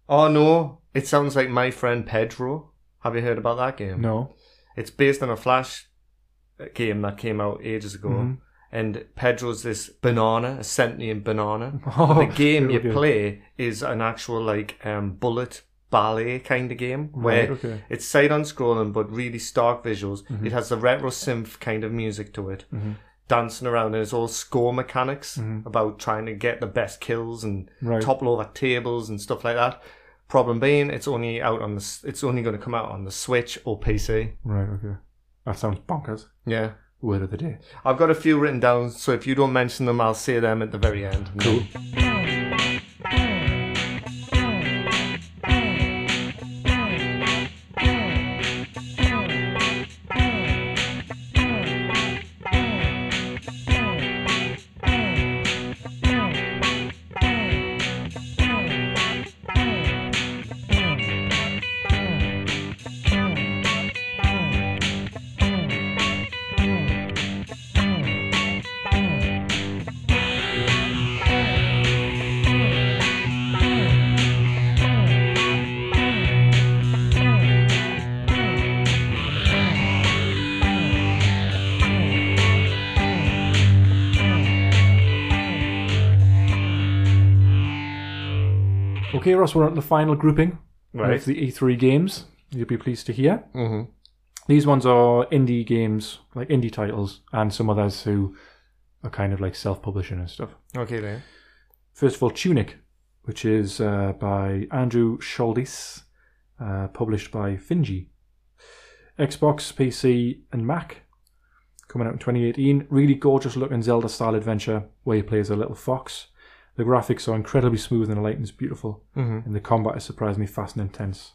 S1: Oh no, it sounds like my friend Pedro. Have you heard about that game?
S2: No.
S1: It's based on a Flash game that came out ages ago,
S2: Mhm.
S1: and Pedro's this banana, a sentient banana.
S2: Oh,
S1: the game you
S2: okay.
S1: play is an actual like um, bullet ballet kind of game
S2: Right,
S1: where
S2: okay. Mm-hmm.
S1: it's side on scrolling but really stark visuals. It has the retro synth kind of music to it, dancing around, and it's all score mechanics about trying to get the best kills and
S2: Right.
S1: topple over tables and stuff like that. Problem being, it's only out on the s- it's only going to come out on the Switch or PC.
S2: Right. Okay. That sounds bonkers.
S1: Yeah.
S2: Word of the day.
S1: I've got a few written down, so if you don't mention them, I'll say them at the very end. Cool.
S2: Okay, Ross, we're on the final grouping
S1: Right.
S2: of the E3 games. You'll be pleased to hear.
S1: hmm
S2: These ones are indie games, like indie titles, and some others who are kind of like self publishing and stuff.
S1: Okay then.
S2: First of all, Tunic, which is uh, by Andrew Schultes, uh, published by Finji. Xbox, PC, and Mac, coming out in 2018. Really gorgeous looking Zelda style adventure where you play as a little fox. The graphics are incredibly smooth and the lighting is beautiful,
S1: Mhm.
S2: and the combat is surprisingly fast and intense.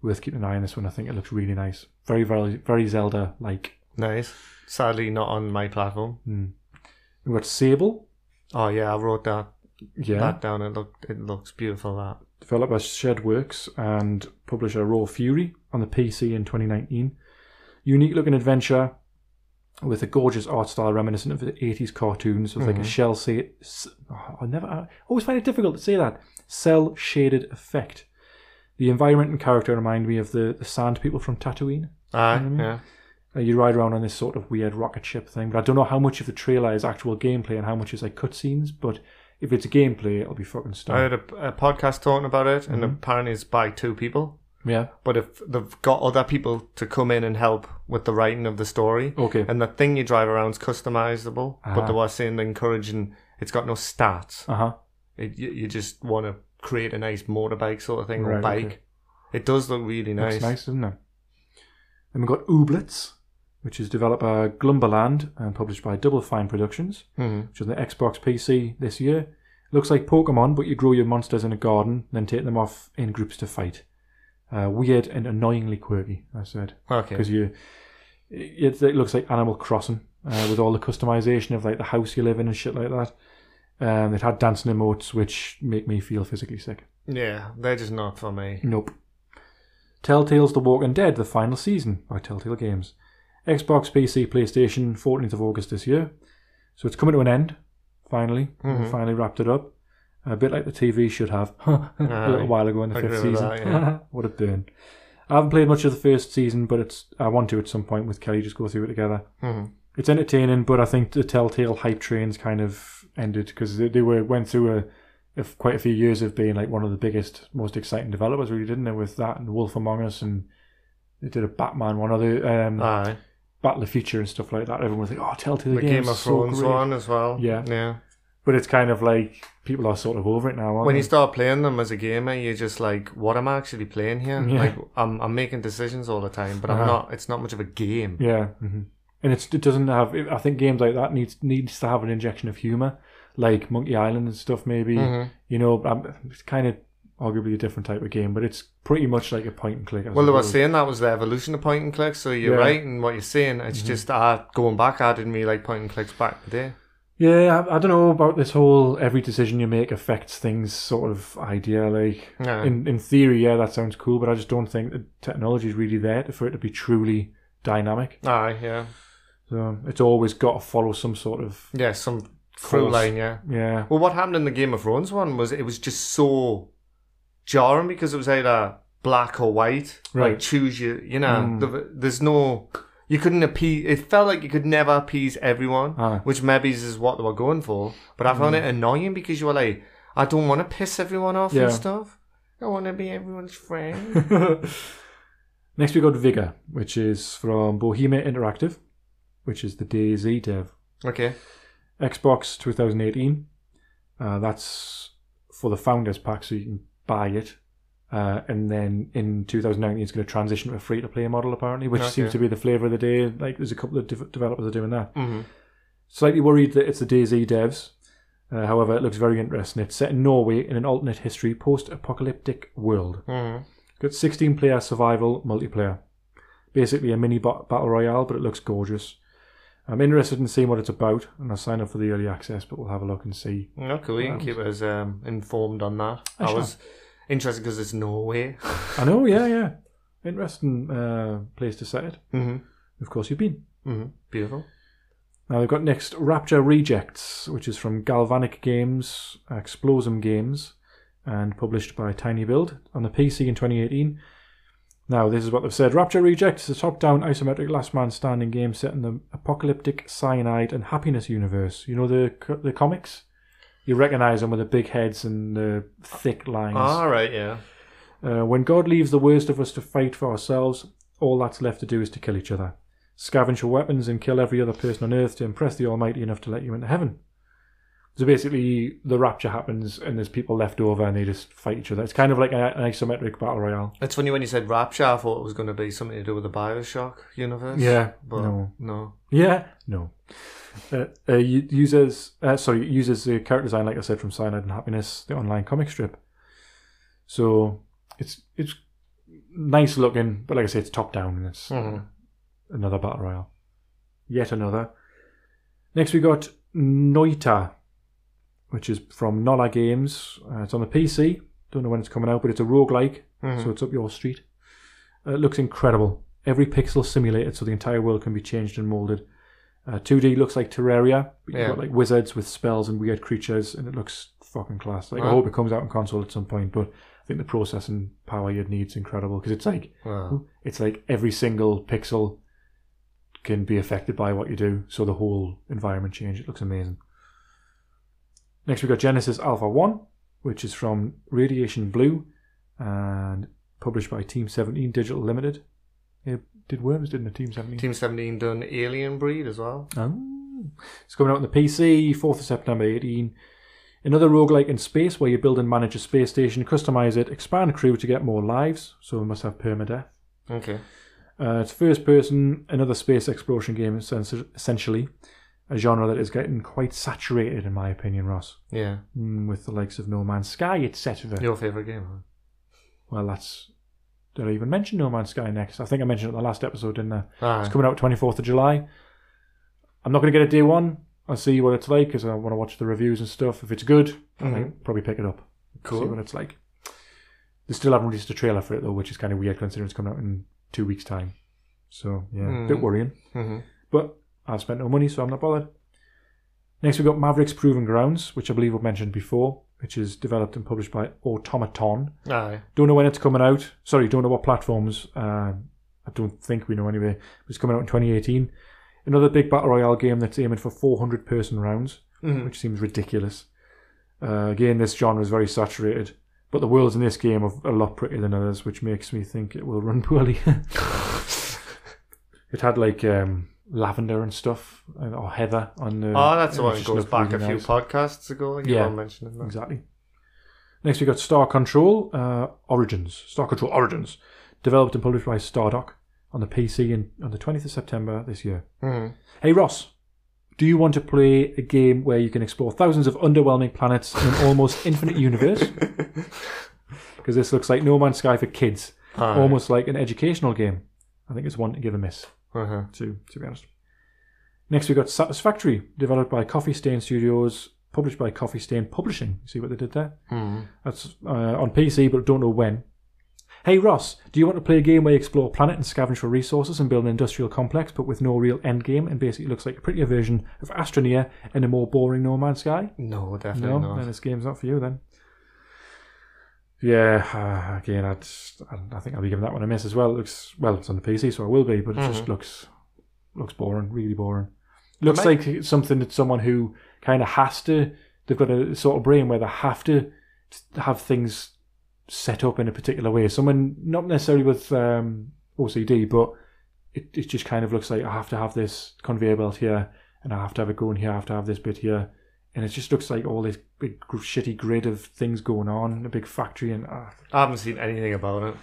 S2: Worth keeping an eye on this one. I think it looks really nice. Very, very, very Zelda like.
S1: Nice. Sadly, not on my platform.
S2: We've got Sable.
S1: Oh yeah, I wrote that
S2: Yeah.
S1: that down. It looked it looks beautiful. That
S2: developed by Shedworks and publisher Raw Fury on the PC in 2019. Unique looking adventure with a gorgeous art style reminiscent of the 80s cartoons with
S1: Mm-hmm.
S2: like a shell sa- s- oh, I never I always find it difficult to say that cell shaded effect. The environment and character remind me of the, the sand people from Tatooine.
S1: aye, yeah.
S2: Uh, you ride around on this sort of weird rocket ship thing, but I don't know how much of the trailer is actual gameplay and how much is like cutscenes. But if it's gameplay, it'll be fucking
S1: I
S2: stunning.
S1: heard a, a podcast talking about it, and apparently it's by two people.
S2: Yeah.
S1: But if they've got other people to come in and help with the writing of the story,
S2: Okay.
S1: and the thing you drive around's customizable,
S2: Ah.
S1: but they were saying they're encouraging it's got no stats.
S2: Uh huh.
S1: It, you, you just want to create a nice motorbike sort of thing or
S2: Right,
S1: bike.
S2: okay.
S1: It does look really
S2: That's
S1: nice.
S2: nice, isn't it? Then we've got Ooblets, which is developed by Glumberland and published by Double Fine Productions,
S1: Mhm.
S2: which is on the Xbox PC this year. Looks like Pokemon, but you grow your monsters in a garden, then take them off in groups to fight. Uh, weird and annoyingly quirky, I said,
S1: Okay.
S2: because you. It, it looks like Animal Crossing uh, with all the customization of like the house you live in and shit like that. Um, it had dancing emotes, which make me feel physically sick.
S1: Yeah, they're just not for me.
S2: Nope. Telltale's The Walking Dead, the final season by Telltale Games. Xbox, PC, PlayStation, 14th of August this year. So it's coming to an end, finally. We
S1: Mhm.
S2: finally wrapped it up. A bit like the TV should have a little
S1: Aye.
S2: while ago in the
S1: Uh, I
S2: fifth
S1: agree with
S2: season.
S1: that, yeah.
S2: what a burn. I haven't played much of the first season, but it's I want to at some point with Kelly, just go through it together.
S1: Mhm.
S2: It's entertaining, but I think the Telltale hype train's kind of ended because they, they were went through a if quite a few years of being like one of the biggest, most exciting developers, really, didn't they? With that and Wolf Among Us, and they did a Batman one, other um,
S1: Aye.
S2: Battle of the Future and stuff like that. Everyone was like, "Oh, Telltale
S1: Ah. The Game
S2: Games,
S1: of
S2: so
S1: Thrones
S2: great."
S1: one as well.
S2: Yeah.
S1: Yeah.
S2: But But it's kind of like people are sort of over it now. Aren't
S1: When
S2: they?
S1: you start playing them as a gamer, you're just like, what am I actually playing here?
S2: Yeah.
S1: Like, I'm, I'm making decisions all the time, but I'm
S2: Uh-huh.
S1: not. It's not much of a game.
S2: Yeah, hmm and it's, it doesn't have. I think games like that needs needs to have an injection of humor, like Monkey Island and stuff. Maybe
S1: Mhm.
S2: you know, um, it's kind of arguably a different type of game, but it's pretty much like a point and click. I
S1: Well, they were
S2: suppose.
S1: saying that was the evolution of point and click, so you're
S2: Yeah. Mm-hmm.
S1: right in what you're saying. It's just uh, going back, I didn't really like point and clicks back in the day.
S2: yeah, I, I don't know about this whole every decision you make affects things sort of idea. Like
S1: Yeah.
S2: in in theory, yeah, that sounds cool, but I just don't think the technology is really there for it to be truly dynamic.
S1: Aye, yeah.
S2: So it's always got to follow some sort of
S1: Yeah, some through
S2: Force.
S1: line, yeah.
S2: yeah.
S1: Well, what happened in the Game of Thrones one was it was just so jarring because it was either black or white.
S2: Right.
S1: Like choose your, you know,
S2: Mm.
S1: the, there's no, you couldn't appease. It felt like you could never appease everyone,
S2: Aye. Mm.
S1: which maybe is what they were going for. But I found it annoying because you were like, I don't want to piss everyone off
S2: Yeah.
S1: and stuff. I want to be everyone's friend.
S2: Next, we got Vigor, which is from Bohemia Interactive, which is the DayZ dev.
S1: okay.
S2: Xbox 2018. Uh, that's for the Founders Pack, so you can buy it. Uh, and then in 2019, it's going to transition to a free to play model, apparently, which
S1: Okay.
S2: seems to be the flavour of the day. Like, there's a couple of div- developers are doing that.
S1: hmm
S2: Slightly worried that it's the DayZ devs. Uh, however, it looks very interesting. It's set in Norway in an alternate history post apocalyptic world.
S1: hmm
S2: Got 16 player survival multiplayer. Basically a mini ba- battle royale, but it looks gorgeous. I'm interested in seeing what it's about, and I'll sign up for the early access, but we'll have a look and see.
S1: No, cool. You can
S2: Wow.
S1: keep us um, informed on that.
S2: I
S1: I,
S2: shall.
S1: was interested because it's Norway.
S2: I know, yeah, yeah. Interesting uh, place to set it.
S1: hmm
S2: Of course, you've been.
S1: hmm Beautiful.
S2: Now we've got next Rapture Rejects, which is from Galvanic Games, Explosum Games, and published by Tiny Build on the PC in 2018. Now this is what they've said: Rapture Rejects is a top-down isometric last man standing game set in the apocalyptic cyanide and happiness universe. You know the co- the comics. You recognise them with the big heads and the thick lines.
S1: All right, yeah.
S2: Uh, when God leaves the worst of us to fight for ourselves, all that's left to do is to kill each other. Scavenge your weapons and kill every other person on earth to impress the Almighty enough to let you into heaven. So basically, the rapture happens and there's people left over and they just fight each other. It's kind of like a- an isometric battle royale.
S1: It's funny when you said Rapture, I thought it was going to be something to do with the Bioshock universe.
S2: Yeah,
S1: But
S2: no.
S1: no.
S2: Yeah, no. Uh, uh, u- uses uh, sorry uses the character design like I said from Cyanide and Happiness, the online comic strip. So it's it's nice looking, but like I say, it's top down and it's
S1: Mhm.
S2: another battle royale. Yet another. Next we got Noita, which is from Nola Games. Uh, it's on the PC. Don't know when it's coming out, but it's a roguelike,
S1: Mhm.
S2: so it's up your street. Uh, it looks incredible. Every pixel simulated, so the entire world can be changed and molded. Uh, 2D looks like Terraria, but you've
S1: Yeah.
S2: got like wizards with spells and weird creatures, and it looks fucking class. Like I
S1: Wow.
S2: hope it comes out on console at some point, but I think the processing power you'd need is incredible because it's like
S1: Wow.
S2: it's like every single pixel can be affected by what you do, so the whole environment change. It looks amazing. Next, we've got Genesis Alpha 1, which is from Radiation Blue and published by Team 17 Digital Limited. It did Worms, didn't it? Team 17.
S1: Team 17 done Alien Breed as well.
S2: Oh. It's coming out on the PC, 4th of September 18. Another roguelike in space where you build and manage a space station, customize it, expand crew to get more lives, so we must have permadeath.
S1: Okay.
S2: Uh, it's first person, another space exploration game, essen- essentially. A genre that is getting quite saturated, in my opinion, Ross.
S1: Yeah.
S2: Mm, with the likes of No Man's Sky, etc.
S1: Your favourite game, huh?
S2: Well, that's. Did I even mention No Man's Sky next? I think I mentioned it in the last episode, didn't I?
S1: Aye.
S2: It's coming out 24th of July. I'm not going to get it day one. I'll see what it's like because I want to watch the reviews and stuff. If it's good, I
S1: Mhm.
S2: might probably pick it up. See
S1: Cool.
S2: what it's like. They still haven't released a trailer for it though, which is kind of weird considering it's coming out in two weeks' time. So yeah, a bit
S1: Mhm.
S2: worrying.
S1: hmm
S2: But I've spent no money, so I'm not bothered. Next, we've got Mavericks Proven Grounds, which I believe I've mentioned before, which is developed and published by Automaton.
S1: Aye.
S2: Don't know when it's coming out. Sorry, don't know what platforms. Uh, I don't think we know anyway. It's coming out in 2018. Another big battle royale game that's aiming for 400 person rounds,
S1: Mhm.
S2: which seems ridiculous. Uh, again, this genre is very saturated, but the worlds in this game are a lot prettier than others, which makes me think it will run poorly. it had like um, lavender and stuff, and, or heather on the.
S1: Oh, that's the
S2: which
S1: one that
S2: just
S1: goes
S2: looked
S1: back
S2: really
S1: a few
S2: nice.
S1: podcasts ago. You
S2: Yeah.
S1: were mentioning that.
S2: Exactly. Next, we got Star Control uh, Origins. Star Control Origins, developed and published by Stardock on the PC in, on the 20th of September this year.
S1: Mhm.
S2: Hey Ross, do you want to play a game where you can explore thousands of underwhelming planets in an almost infinite universe? Because this looks like No Man's Sky for kids,
S1: Alright.
S2: almost like an educational game. I think it's one to give a miss
S1: Uh-huh.
S2: to, to be honest. Next, we got Satisfactory, developed by Coffee Stain Studios, published by Coffee Stain Publishing. See what they did there?
S1: Mhm.
S2: That's uh, on PC, but don't know when. Hey Ross, do you want to play a game where you explore a planet and scavenge for resources and build an industrial complex, but with no real end game, and basically looks like a prettier version of Astroneer in a more boring No Man's Sky?
S1: No, definitely
S2: No, then
S1: not.
S2: this game's not for you. Then. Yeah, uh, again, I'd, I- I think I'll be giving that one a miss as well. It looks well, it's on the PC, so I will be, but it just
S1: Mm-hmm.
S2: looks looks boring, really boring. Looks like it's something that someone who kind of has to, they've got a sort of brain where they have to have things set up in a particular way. Someone not necessarily with um, OCD, but it, it just kind of looks like I have to have this conveyor belt here, and I have to have it going here, I have to have this bit here, and it just looks like all this big gr- shitty grid of things going on, a big factory, and ah,
S1: I haven't seen anything about it.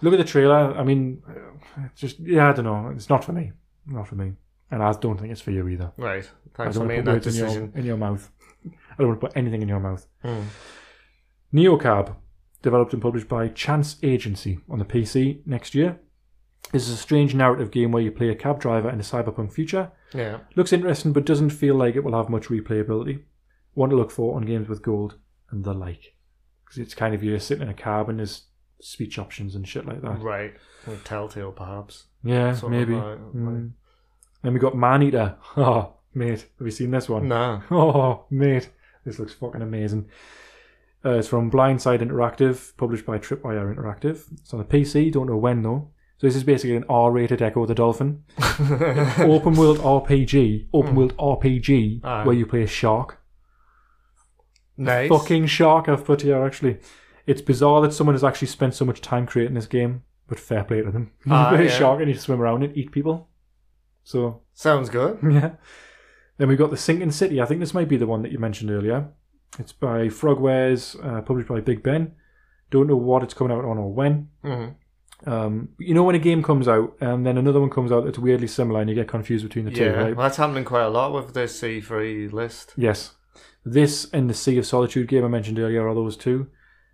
S2: look at the trailer. I mean, uh, it's just yeah, I don't know. It's not for me. Not for me, and I don't think it's for you either.
S1: Right.
S2: I
S1: Thanks for
S2: don't want to
S1: making
S2: put
S1: that
S2: words in your,
S1: decision.
S2: in your mouth. I don't want to put anything in your mouth.
S1: Mm.
S2: Neocab, developed and published by Chance Agency on the PC next year. This is a strange narrative game where you play a cab driver in a cyberpunk future.
S1: Yeah.
S2: Looks interesting, but doesn't feel like it will have much replayability. One to look for on games with gold and the like. Because it's kind of you're sitting in a cab and there's speech options and shit like that.
S1: Right. Like Telltale, perhaps.
S2: Yeah,
S1: Sort of
S2: maybe.
S1: like-
S2: Mm. Then we got Maneater. Oh, mate, have you seen this one?
S1: No.
S2: Oh, mate, this looks fucking amazing. Uh, it's from Blindside Interactive, published by Tripwire Interactive. It's on the PC, don't know when though. So this is basically an R-rated Echo the Dolphin. open world RPG, open world RPG,
S1: Hmm. Aye.
S2: where you play a shark.
S1: Nice.
S2: Fucking shark I've put here actually. It's bizarre that someone has actually spent so much time creating this game, but fair play to them. You
S1: Ah,
S2: play a
S1: yeah.
S2: shark and you swim around and eat people. So
S1: Sounds good.
S2: yeah. Then we've got The Sinking City. I think this might be the one that you mentioned earlier. It's by Frogwares, uh, published by Big Ben. Don't know what it's coming out on or when.
S1: Mm.
S2: Um, you know when a game comes out and then another one comes out that's weirdly similar and you get confused between the two,
S1: Yeah.
S2: right?
S1: Well, that's happening quite a lot with this C3 list.
S2: Yes. This and the Sea of Solitude game I mentioned earlier are those two.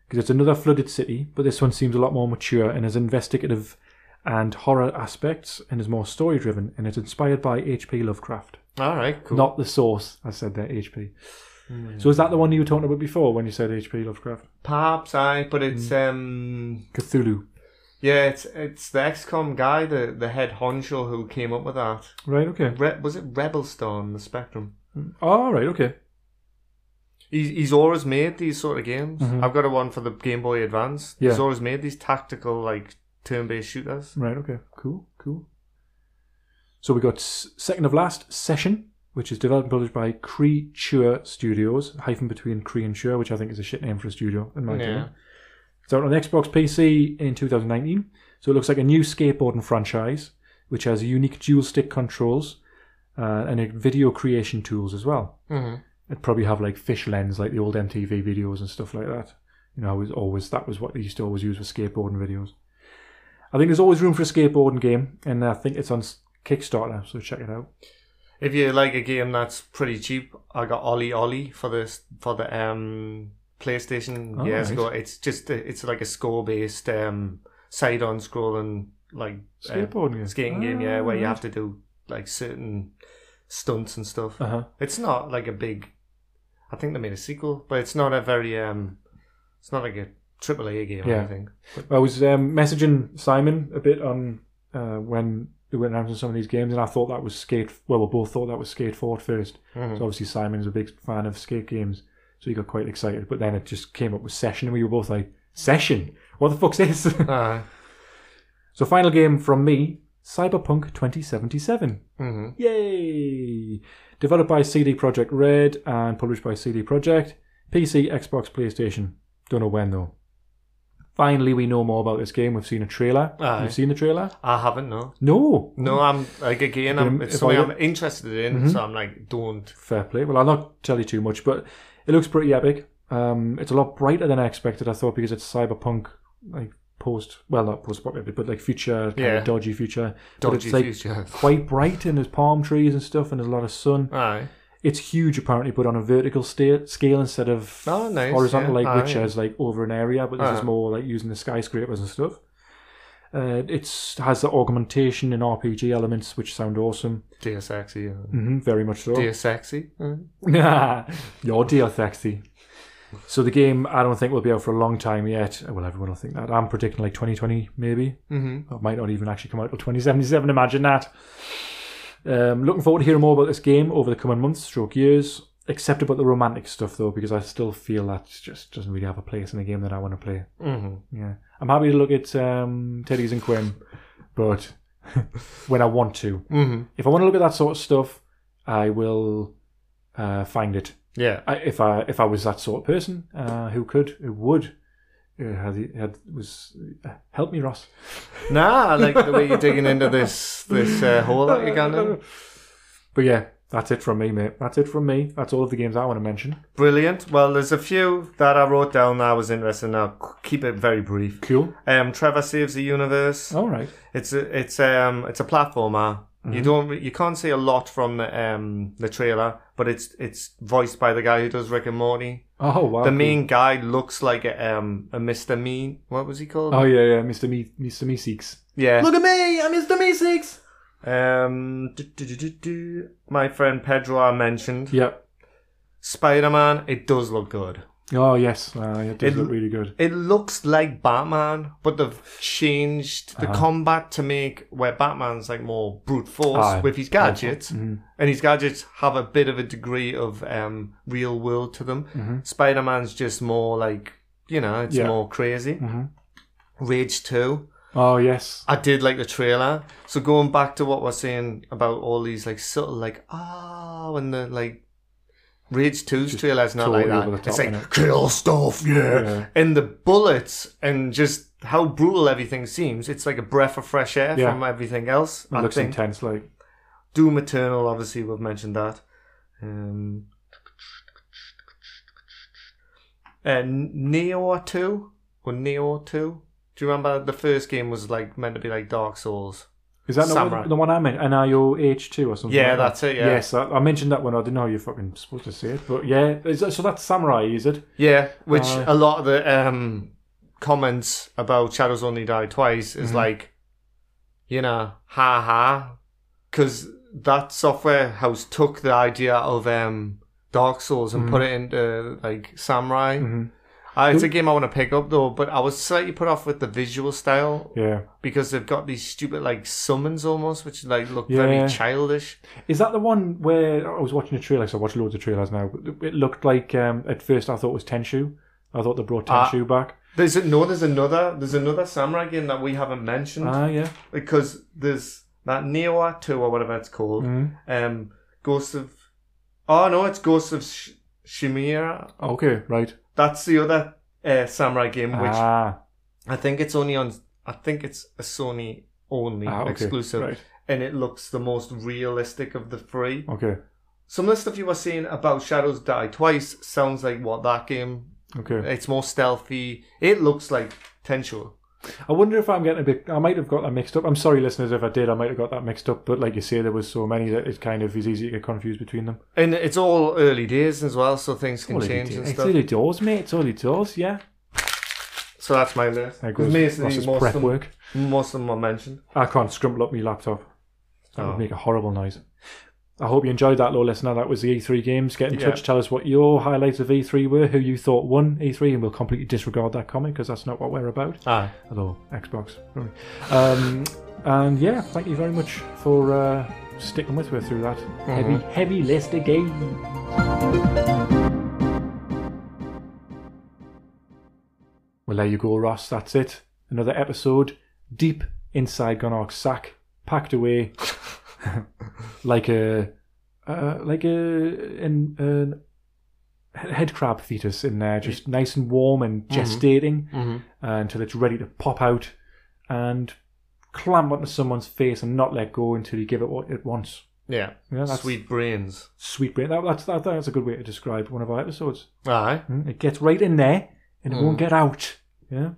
S2: Because it's another flooded city, but this one seems a lot more mature and has investigative and horror aspects and is more story driven and it's inspired by H.P. Lovecraft.
S1: All right. Cool.
S2: Not the source. I said there, HP. So is that the one you were talking about before when you said HP Lovecraft?
S1: Perhaps I, but it's
S2: Mm.
S1: um
S2: Cthulhu.
S1: yeah, it's it's the XCOM guy, the the head honcho who came up with that.
S2: Right, okay.
S1: Re- was it Rebelstar on the Spectrum?
S2: All right, okay.
S1: He's, he's always made these sort of games. I've got a one for the Game Boy Advance.
S2: Mm-hmm. Yeah.
S1: He's always made these tactical like turn-based shooters.
S2: Right, okay. Cool, cool. So we got S- Second of Last Session, which is developed and published by Creature Studios, hyphen between Cree and Sure, which I think is a shit name for a studio, in my
S1: Yeah.
S2: opinion. It's out on Xbox PC in 2019. So it looks like a new skateboarding franchise, which has unique dual stick controls uh, and uh, video creation tools as well.
S1: Mhm.
S2: It'd probably have like fish lens, like the old MTV videos and stuff like that. You know, it was always that was what they used to always use for skateboarding videos. I think there's always room for a skateboarding game, and I think it's on s- Kickstarter, so check it out.
S1: If you like a game that's pretty cheap, I got Ollie Ollie for this for the um PlayStation
S2: Oh,
S1: years
S2: right.
S1: ago. It's just a- it's like a score-based um side-on scrolling like uh,
S2: Skateboarding Um, game. Ah.
S1: skating game, yeah,
S2: Oh,
S1: where you have to do like certain stunts and stuff.
S2: Uh huh.
S1: It's not like a big. I think they made a sequel, but it's not a very um. It's not like a triple A game.
S2: Yeah.
S1: I think.
S2: I was um, messaging Simon a bit on uh, when we were announcing some of these games, and I thought that was Skate. Well, we both thought that was Skate Four at first.
S1: Mhm.
S2: So obviously Simon's a big fan of skate games, so he got quite excited. But then it just came up with Session, and we were both like, "Session? What the fuck's this?"
S1: Uh,
S2: so final game from me, Cyberpunk 2077.
S1: hmm
S2: Yay! Developed by CD Projekt Red and published by CD Projekt. PC, Xbox, PlayStation. Don't know when though. finally we know more about this game. We've seen a trailer.
S1: Aye.
S2: You've seen the trailer?
S1: I haven't no.
S2: No.
S1: No, I'm like again. I'm,
S2: If
S1: it's something
S2: I- Mm-hmm.
S1: I'm interested in, so I'm like, don't.
S2: Fair play. Well, I'll not tell you too much, but it looks pretty epic. Um, it's a lot brighter than I expected. I thought because it's cyberpunk, like post, well, not post but like future, kind
S1: Yeah.
S2: of dodgy future. but
S1: Dodgy
S2: it's like
S1: future.
S2: quite bright, and there's palm trees and stuff, and there's a lot of sun.
S1: Aye.
S2: It's huge, apparently, but on a vertical sta- scale instead of
S1: Oh, nice,
S2: horizontal,
S1: yeah.
S2: like
S1: Ah,
S2: which
S1: yeah.
S2: is like over an area. But this is
S1: Ah.
S2: more like using the skyscrapers and stuff. Uh, it's has the augmentation and RPG elements, which sound awesome.
S1: Dear sexy. Uh,
S2: hmm very much so.
S1: Dear sexy. Uh,
S2: Your deal, Thexy. So the game, I don't think will be out for a long time yet. Well, everyone will think that. I'm predicting like 2020, maybe. Mm-hmm. It might not even actually come out till 2077. Imagine that. Um, looking forward to hearing more about this game over the coming months, stroke years. Except about the romantic stuff, though, because I still feel that just doesn't really have a place in a game that I want to play.
S1: mm-hmm.
S2: Yeah, I'm happy to look at um, Teddy's and Quinn, but when I want to,
S1: Mm-hmm.
S2: if I want to look at that sort of stuff, I will uh, find it.
S1: Yeah.
S2: I, if I if I was that sort of person uh, who could who would uh, had, had was uh, help me Ross.
S1: Nah, I like the way you're digging into this this uh, hole that you're going in.
S2: But yeah, that's it from me, mate. That's it from me. That's all of the games I want to mention.
S1: Brilliant. Well, there's a few that I wrote down that I was interested in. I'll c- keep it very brief.
S2: Cool.
S1: Um, Trevor saves the universe.
S2: All right.
S1: It's a, it's um it's a platformer. You don't re- you can't see a lot from the um the trailer, but it's it's voiced by the guy who does Rick and Morty.
S2: Oh wow.
S1: The
S2: cool.
S1: main guy looks like a um a Mr. Mean. What was he called?
S2: Oh yeah, yeah. Mr. Me, Mr. Me seeks.
S1: yeah.
S2: at me. I'm Mr. Me seeks.
S1: Um, do, do, do, do, do. my friend Pedro I mentioned
S2: Yep.
S1: Spider Man. It does look good.
S2: Oh yes. Uh, it does
S1: It-
S2: look really good.
S1: It looks like Batman, but they've changed
S2: Uh-huh.
S1: the combat to make where Batman's like more brute force
S2: Aye. Mm-hmm.
S1: with his gadgets, and his gadgets have a bit of a degree of um, real world to them. Spider Man's just more like you know, it's
S2: Mm-hmm. Yeah. Mm-hmm.
S1: more crazy. Rage Two.
S2: Oh yes.
S1: I did like the trailer. So going back to what we're saying about all these like subtle like ah when the like Rage 2's trailer is not
S2: totally
S1: like that.
S2: over the top,
S1: it's like
S2: innit?
S1: kill stuff, yeah.
S2: Yeah.
S1: And the bullets and just how brutal everything seems. It's like a breath of fresh air
S2: Yeah.
S1: from everything else.
S2: It
S1: I
S2: looks
S1: think
S2: intense. Like
S1: Doom Eternal, obviously we've mentioned that. Um and uh, Neo 2 or Neo 2. Do you remember the first game was like meant to be like Dark Souls?
S2: Is that not
S1: Samurai.
S2: one- the one I meant? NIOH2 or something?
S1: Yeah,
S2: like that?
S1: that's it, yeah.
S2: Yes, I, I mentioned that one. I didn't know how you're fucking supposed to say it, but yeah. Is that, so that's Samurai, is it?
S1: Yeah, which
S2: Uh,
S1: a lot of the um, comments about Shadows Only Die Twice
S2: mm-hmm.
S1: is like, you know, ha ha, because that software house took the idea of um, Dark Souls and put it
S2: Mm-hmm.
S1: into like Samurai. Uh, it's a game I want to pick up though, but I was slightly put off with the visual style
S2: Yeah.
S1: because they've got these stupid like summons almost, which like look
S2: Yeah.
S1: very childish.
S2: Is that the one where I was watching a trailer? 'cause I watch loads of trailers now. but It looked like um, at first I thought it was Tenshu. I thought they brought
S1: Ah.
S2: Tenshu back.
S1: There's a, no, there's another, there's another Samurai game that we haven't mentioned.
S2: Ah, yeah.
S1: because there's that Neoa 2 or whatever it's called.
S2: Mhm.
S1: Um, Ghost of. Oh, no, it's Ghost of Sh- Shimira.
S2: Okay, right.
S1: That's the other uh, samurai game, which
S2: ah,
S1: I think it's only on. I think it's a Sony only
S2: ah, okay.
S1: exclusive.
S2: Right.
S1: And it looks the most realistic of the three.
S2: Okay.
S1: Some of the stuff you were saying about Shadows Die Twice sounds like what that game.
S2: Okay.
S1: It's more stealthy. It looks like Tenshu.
S2: I wonder if I'm getting a bit. I might have got that mixed up. I'm sorry, listeners, if I did. I might have got that mixed up. But like you say, there was so many that it kind of is easy to get confused between them.
S1: And it's all early days as well, so things can
S2: All it
S1: change
S2: is-
S1: and
S2: it's
S1: stuff.
S2: all it does, mate. It's all it does. Yeah.
S1: So that's my list.
S2: There
S1: Because
S2: goes
S1: Basically,
S2: Ross's
S1: most
S2: prep
S1: of, them,
S2: work.
S1: most of them are mentioned.
S2: I can't scrumple up my laptop. That
S1: Oh.
S2: would make a horrible noise. I hope you enjoyed that, low listener. That was the E3 games. Get in
S1: Yeah.
S2: touch. Tell us what your highlights of E3 were, who you thought won E3, and we'll completely disregard that comment because that's not what we're about.
S1: Aye.
S2: Hello, Xbox. sorry. Um, and yeah, thank you very much for uh, sticking with me through that heavy, heavy list of games. Well, there you go, Ross. That's it. Another episode deep inside Gonarch's sack, packed away like a uh, like a an, an he- head crab fetus in there, just nice and warm and gestating uh, until it's ready to pop out and clamp onto someone's face and not let go until you give it what it wants.
S1: Yeah.
S2: Yeah, that's-
S1: Sweet brains.
S2: Sweet brain. That, that's that, that's a good way to describe one of our episodes.
S1: Aye.
S2: Mm, It gets right in there and it
S1: Hmm.
S2: won't get out. Yeah.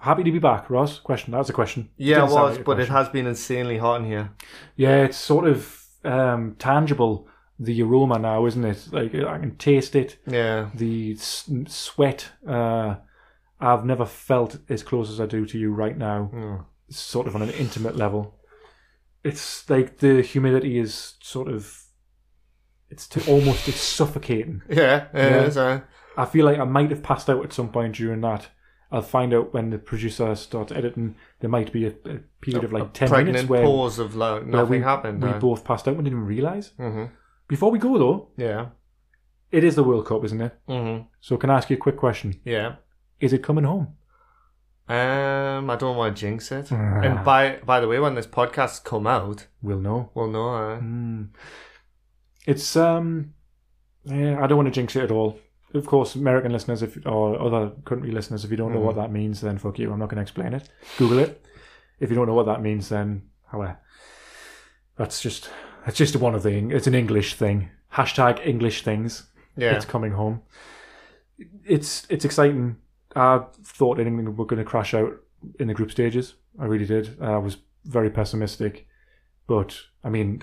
S2: Happy to be back, Ross. Question. That's a question.
S1: Yeah,
S2: Didn't
S1: it
S2: sound
S1: was,
S2: like a
S1: but it
S2: question.
S1: has been insanely hot in here.
S2: Yeah, it's sort of um, tangible. The aroma now, isn't it? Like I can taste it.
S1: Yeah.
S2: The s- sweat. Uh, I've never felt as close as I do to you right now.
S1: Hmm.
S2: Sort of on an intimate level. It's like the humidity is sort of. It's to almost it's suffocating.
S1: Yeah,
S2: Yeah.
S1: it is, uh, aye.
S2: I feel like I might have passed out at some point during that. I'll find out when the producer starts editing. There might be a, a period of like
S1: A
S2: ten
S1: pregnant
S2: minutes where,
S1: pause of like,
S2: where
S1: nothing
S2: we
S1: happened. uh,
S2: We
S1: aye.
S2: both passed out and didn't realize.
S1: Mhm.
S2: Before we go though,
S1: Yeah.
S2: it is the World Cup, isn't it?
S1: hmm
S2: So can I ask you a quick question?
S1: Yeah.
S2: Is it coming home?
S1: Um, I don't want to jinx it.
S2: Ah.
S1: And by by the way, when this podcast come out,
S2: We'll know.
S1: we'll know. Uh,
S2: Mm. It's um, yeah, I don't want to jinx it at all. Of course, American listeners if or other country listeners, if you don't know what that means, then fuck you. I'm not going to explain it. Google it. If you don't know what that means, then however, that's just that's just one of the Eng- it's an English thing. Hashtag English things.
S1: yeah.
S2: It's coming home. It's it's exciting. I thought England were going to crash out in the group stages. I really did. I was very pessimistic, but I mean,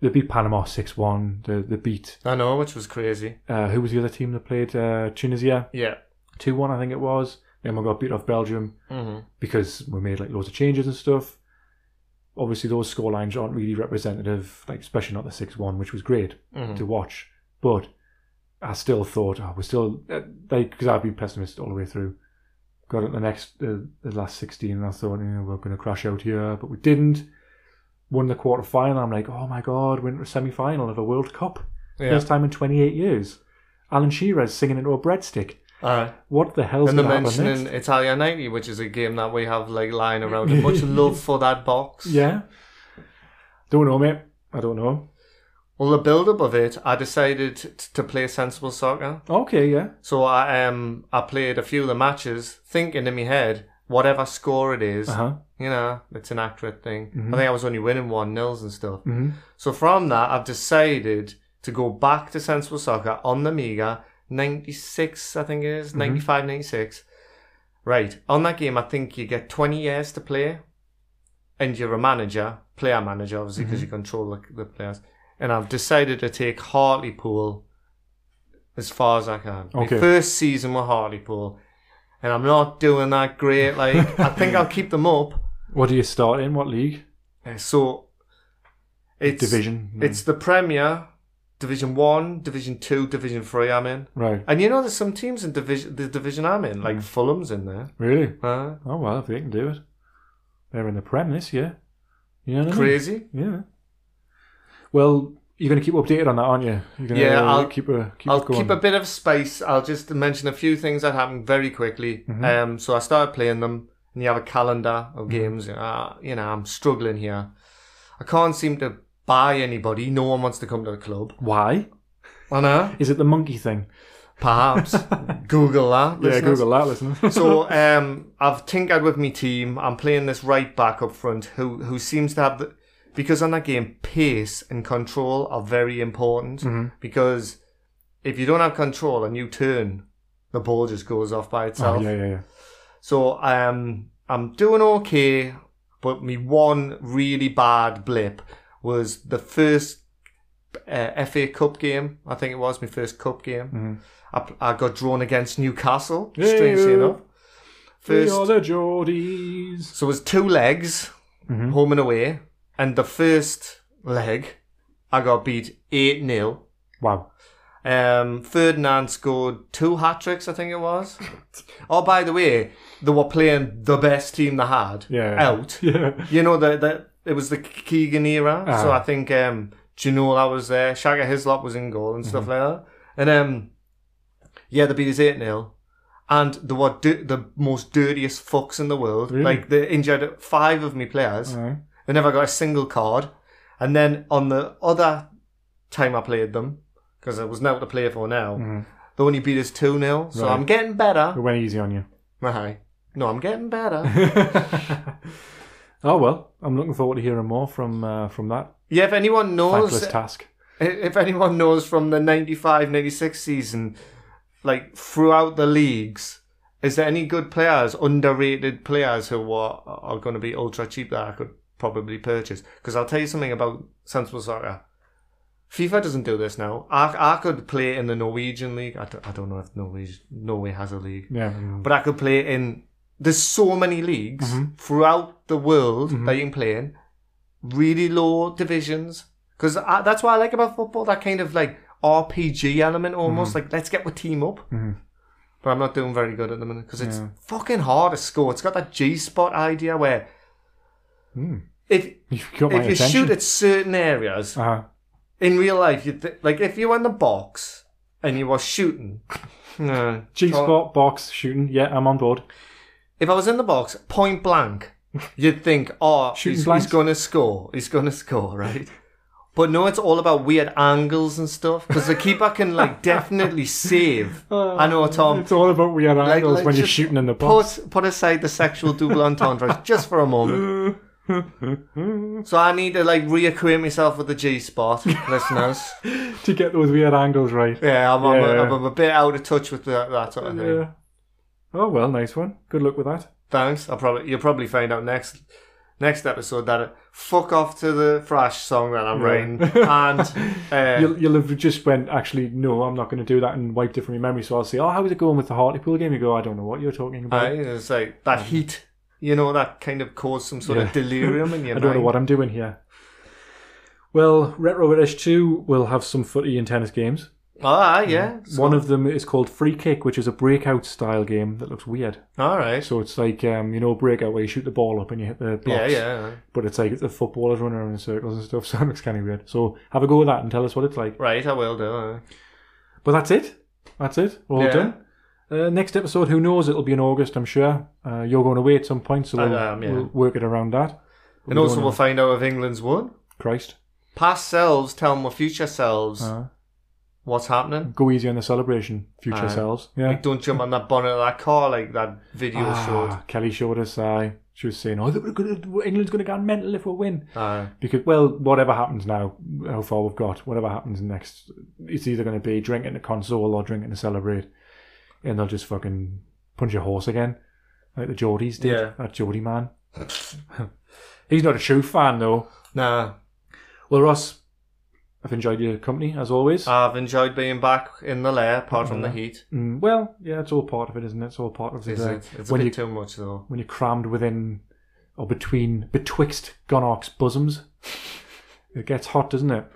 S2: they beat Panama six one. They they beat
S1: I know, which was crazy.
S2: uh, who was the other team that played uh, Tunisia
S1: Yeah.
S2: two one I think it was. Then we got beat off Belgium
S1: hmm
S2: because we made like loads of changes and stuff. Obviously, those scorelines aren't really representative, like especially not the six one, which was great
S1: hmm
S2: to watch. But I still thought, oh, we're still uh, like because I've been pessimist all the way through. Got at the next uh, the last sixteen, and I thought, yeah, we're going to crash out here, but we didn't. Won the quarter final. I'm like, oh my god, went to a semi final of a World Cup,
S1: Yeah.
S2: first time in 28 years. Alan Shearer's singing into a breadstick.
S1: Aye.
S2: What the hell's
S1: and they're
S2: going to happen
S1: mentioning
S2: next?
S1: Italia 90, which is a game that we have like lying around. And much love for that box.
S2: Yeah, don't know, mate. I don't know.
S1: Well, the build up of it, I decided t- to play sensible soccer.
S2: Okay, yeah.
S1: So I um I played a few of the matches, thinking in my head, whatever score it is,
S2: Uh huh.
S1: you know, it's an accurate thing.
S2: Mhm.
S1: I think I was only winning one nils and stuff.
S2: hmm
S1: So from that, I've decided to go back to sensible soccer on the Amiga 96, I think it
S2: Mm-hmm.
S1: is, 95, 96. Right. On that game, I think you get 20 years to play, and you're a manager, player manager, obviously, because
S2: Mm-hmm.
S1: you control the, the players. And I've decided to take Hartlepool as far as I can.
S2: Okay.
S1: My first season with Hartlepool, and I'm not doing that great. Like, I think I'll keep them up.
S2: What do you start in? What league?
S1: Uh, So, it's
S2: Division.
S1: it's the Premier, Division One, Division Two, Division Three. I'm in,
S2: right.
S1: and you know there's some teams in division the division I'm in,
S2: Hmm.
S1: like Fulham's in there.
S2: Really?
S1: Uh,
S2: Oh well, if they can do it, they're in the Prem this year. You know what
S1: crazy.
S2: I mean? Yeah. Well, you're going to keep updated on that, aren't you? You're gonna,
S1: Yeah, I'll-
S2: keep a keep
S1: I'll
S2: it going.
S1: keep a bit of space. I'll just mention a few things that happened very quickly.
S2: Mm-hmm.
S1: Um, so I started playing them, and you have a calendar of games. Uh, you know, I'm struggling here. I can't seem to buy anybody. No one wants to come to the club.
S2: Why?
S1: I know.
S2: Is it the monkey thing?
S1: Perhaps Google that. listeners.
S2: Yeah, Google that, listen.
S1: so um, I've tinkered with my team. I'm playing this right back up front, who who seems to have the because on that game pace and control are very important.
S2: Mm-hmm.
S1: Because if you don't have control and you turn, the ball just goes off by itself.
S2: oh, yeah, yeah, yeah.
S1: So um, I'm doing okay, but me one really bad blip was the first uh, FA Cup game. I think it was my first cup game. I, I got drawn against Newcastle, strangely
S2: Hey-o.
S1: enough. First,
S2: We are the Geordies.
S1: so it was two legs, home and away, and the first leg, I got beat eight 0
S2: Wow.
S1: um, Ferdinand scored two hat tricks, I think it was. oh, by the way, they were playing the best team they had
S2: Yeah.
S1: out.
S2: Yeah.
S1: You know that that it was the Keegan era, so
S2: Ah.
S1: I think um, Ginola was there, Shagger Hislop was in goal and stuff
S2: Mm-hmm.
S1: like that, and um, yeah, they beat us eight 0 and they were di- the most dirtiest fucks in the world.
S2: Really?
S1: Like they injured five of me players.
S2: Alright.
S1: They never got a single card. And then on the other time I played them, 'cause because there was now to play for now. They only beat us 2 0, so I'm getting better.
S2: It went easy on you.
S1: Aye. No, I'm getting better.
S2: oh well, I'm looking forward to hearing more from uh, from that
S1: Yeah, if anyone knows,
S2: thankless task.
S1: if anyone knows from the 95 96 season, like throughout the leagues, is there any good players, underrated players who are, are going to be ultra cheap that I could probably purchase? Because I'll tell you something about sensible soccer. FIFA doesn't do this now. I, I could play in the Norwegian league. I don't, I don't know if Norwegian, Norway has a league
S2: Yeah,
S1: but I could play in. There's so many leagues
S2: Mm-hmm.
S1: throughout the world that you can play in, really low divisions. Because that's what I like about football, that kind of like RPG element almost.
S2: Mm-hmm.
S1: Like, let's get the team up. But I'm not doing very good at the minute because it's fucking hard to score. It's got that G spot idea where if,
S2: you've Hmm. got my
S1: if you
S2: attention.
S1: shoot at certain areas,
S2: uh,
S1: in real life, you th- like if you were in the box and you were shooting, uh,
S2: G spot box shooting. Yeah, I'm on board.
S1: if I was in the box, point blank, you'd think, oh,
S2: Shooting
S1: he's,
S2: blanks?
S1: he's going to score. He's going to score, right? But no, it's all about weird angles and stuff because the keeper can like definitely save. I know, Tom.
S2: Oh, It's all about weird
S1: Like-
S2: angles
S1: like,
S2: when you're
S1: just
S2: shooting in the box.
S1: Put, put aside the sexual double entendres just for a moment. so I need to like reacquaint myself with the G spot, listeners.
S2: to get those weird angles right.
S1: Yeah, I'm, I'm,
S2: Yeah.
S1: A, I'm, a bit out of touch with that, that sort of thing.
S2: Yeah. uh, Oh well, nice one. Good luck with that.
S1: Thanks. I'll probably you'll probably find out next next episode that it, fuck off to the thrash song that I'm
S2: Yeah.
S1: writing and uh,
S2: You'll, you'll have just went, actually, no, I'm not going to do that, and wiped it from your memory. So I'll say, oh, how is it going with the Hartlepool game? You go, I don't know what you're talking
S1: I,
S2: about.
S1: it's like that heat, you know, that kind of caused some sort
S2: Yeah.
S1: of delirium in your
S2: I don't know
S1: mind.
S2: what I'm doing here. Well, Retro British 2 will have some footy and tennis games.
S1: Ah, yeah.
S2: One of them is called Free Kick, which is a breakout style game that looks weird.
S1: All right.
S2: So it's like, um, you know, breakout where you shoot the ball up and you hit the blocks.
S1: Yeah, yeah.
S2: But it's like the footballers running around in circles and stuff, so it looks kind of weird. So have a go at that and tell us what it's like.
S1: Right, I will do. uh.
S2: But that's it. That's it. We're all
S1: Yeah.
S2: done. Uh, next episode, who knows? It'll be in August, I'm sure. Uh, you're going away at some point, so
S1: I
S2: we'll,
S1: am, yeah.
S2: we'll work it around that. But
S1: And
S2: we
S1: also
S2: don't
S1: we'll
S2: know.
S1: find out if England's won.
S2: Christ,
S1: Past selves tell my future selves
S2: Uh.
S1: what's happening.
S2: go easy on the celebration, future
S1: Aye.
S2: selves. Yeah.
S1: Like don't jump on that bonnet of that car like that video
S2: Ah, Kelly showed us. Uh, she was saying, "Oh, they were gonna, England's going to go mental if we win."
S1: showed. Uh,
S2: Because well, whatever happens now, how far we've got, whatever happens next, it's either going to be drinking to console or drinking to celebrate, and they'll just fucking punch a horse again, like the Geordies did.
S1: Yeah.
S2: That Geordie man. He's not a true fan though.
S1: nah.
S2: Well, Ross, I've enjoyed your company as always.
S1: I've enjoyed being back in the lair, apart from the heat.
S2: Mm, well, yeah, it's all part of it, isn't it? It's all part of the
S1: Is it? It's a
S2: when
S1: bit
S2: you
S1: too much, though.
S2: when you're crammed within or between betwixt Gonarch's bosoms. It gets hot, doesn't it?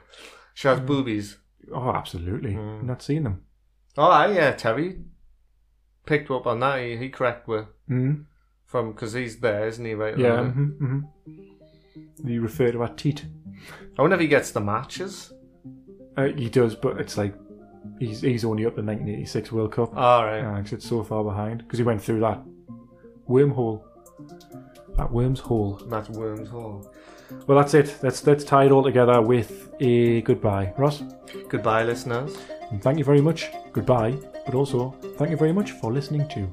S1: She
S2: Mm.
S1: has boobies.
S2: Oh, absolutely.
S1: Mm.
S2: Not seeing them.
S1: Oh, aye, yeah, Terry picked up on that. He, he cracked with
S2: Mm.
S1: from because he's there, isn't he? Right. at the
S2: Yeah.
S1: minute?
S2: mhm, mhm. You refer to our teat. Mm-hmm.
S1: I wonder if he gets the matches.
S2: Uh, he does, but it's like he's he's only up the 1986 World Cup.
S1: All right.
S2: Yeah, 'cause it's so far behind because he went through that wormhole. That worm's hole.
S1: That's Worm's Oh. Hole.
S2: Well, that's it. Let's let's tie it all together with a goodbye, Ross.
S1: Goodbye, listeners.
S2: And thank you very much. Goodbye. But also, thank you very much for listening to.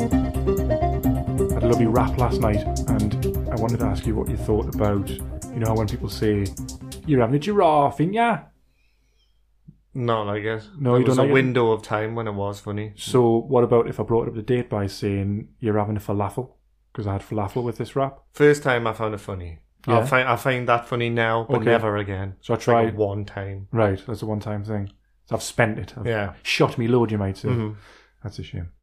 S2: had a lovely rap last night, and I wanted to ask you what you thought about, you know, how when people say, "You're having a giraffe, ain't ya?"
S1: Not like it.
S2: No,
S1: There
S2: you
S1: was
S2: don't
S1: a
S2: like it?
S1: window of time when it was funny.
S2: So what about if I brought it up to date by saying you're having a falafel? Because I had falafel with this wrap.
S1: First time I found it funny.
S2: Yeah.
S1: I find I find that funny now, but
S2: Okay.
S1: never again.
S2: So I
S1: Like
S2: tried.
S1: one time.
S2: right, that's a one-time thing. So I've spent it. I've
S1: Yeah.
S2: Shot me load, you might say.
S1: Mhm.
S2: That's a shame.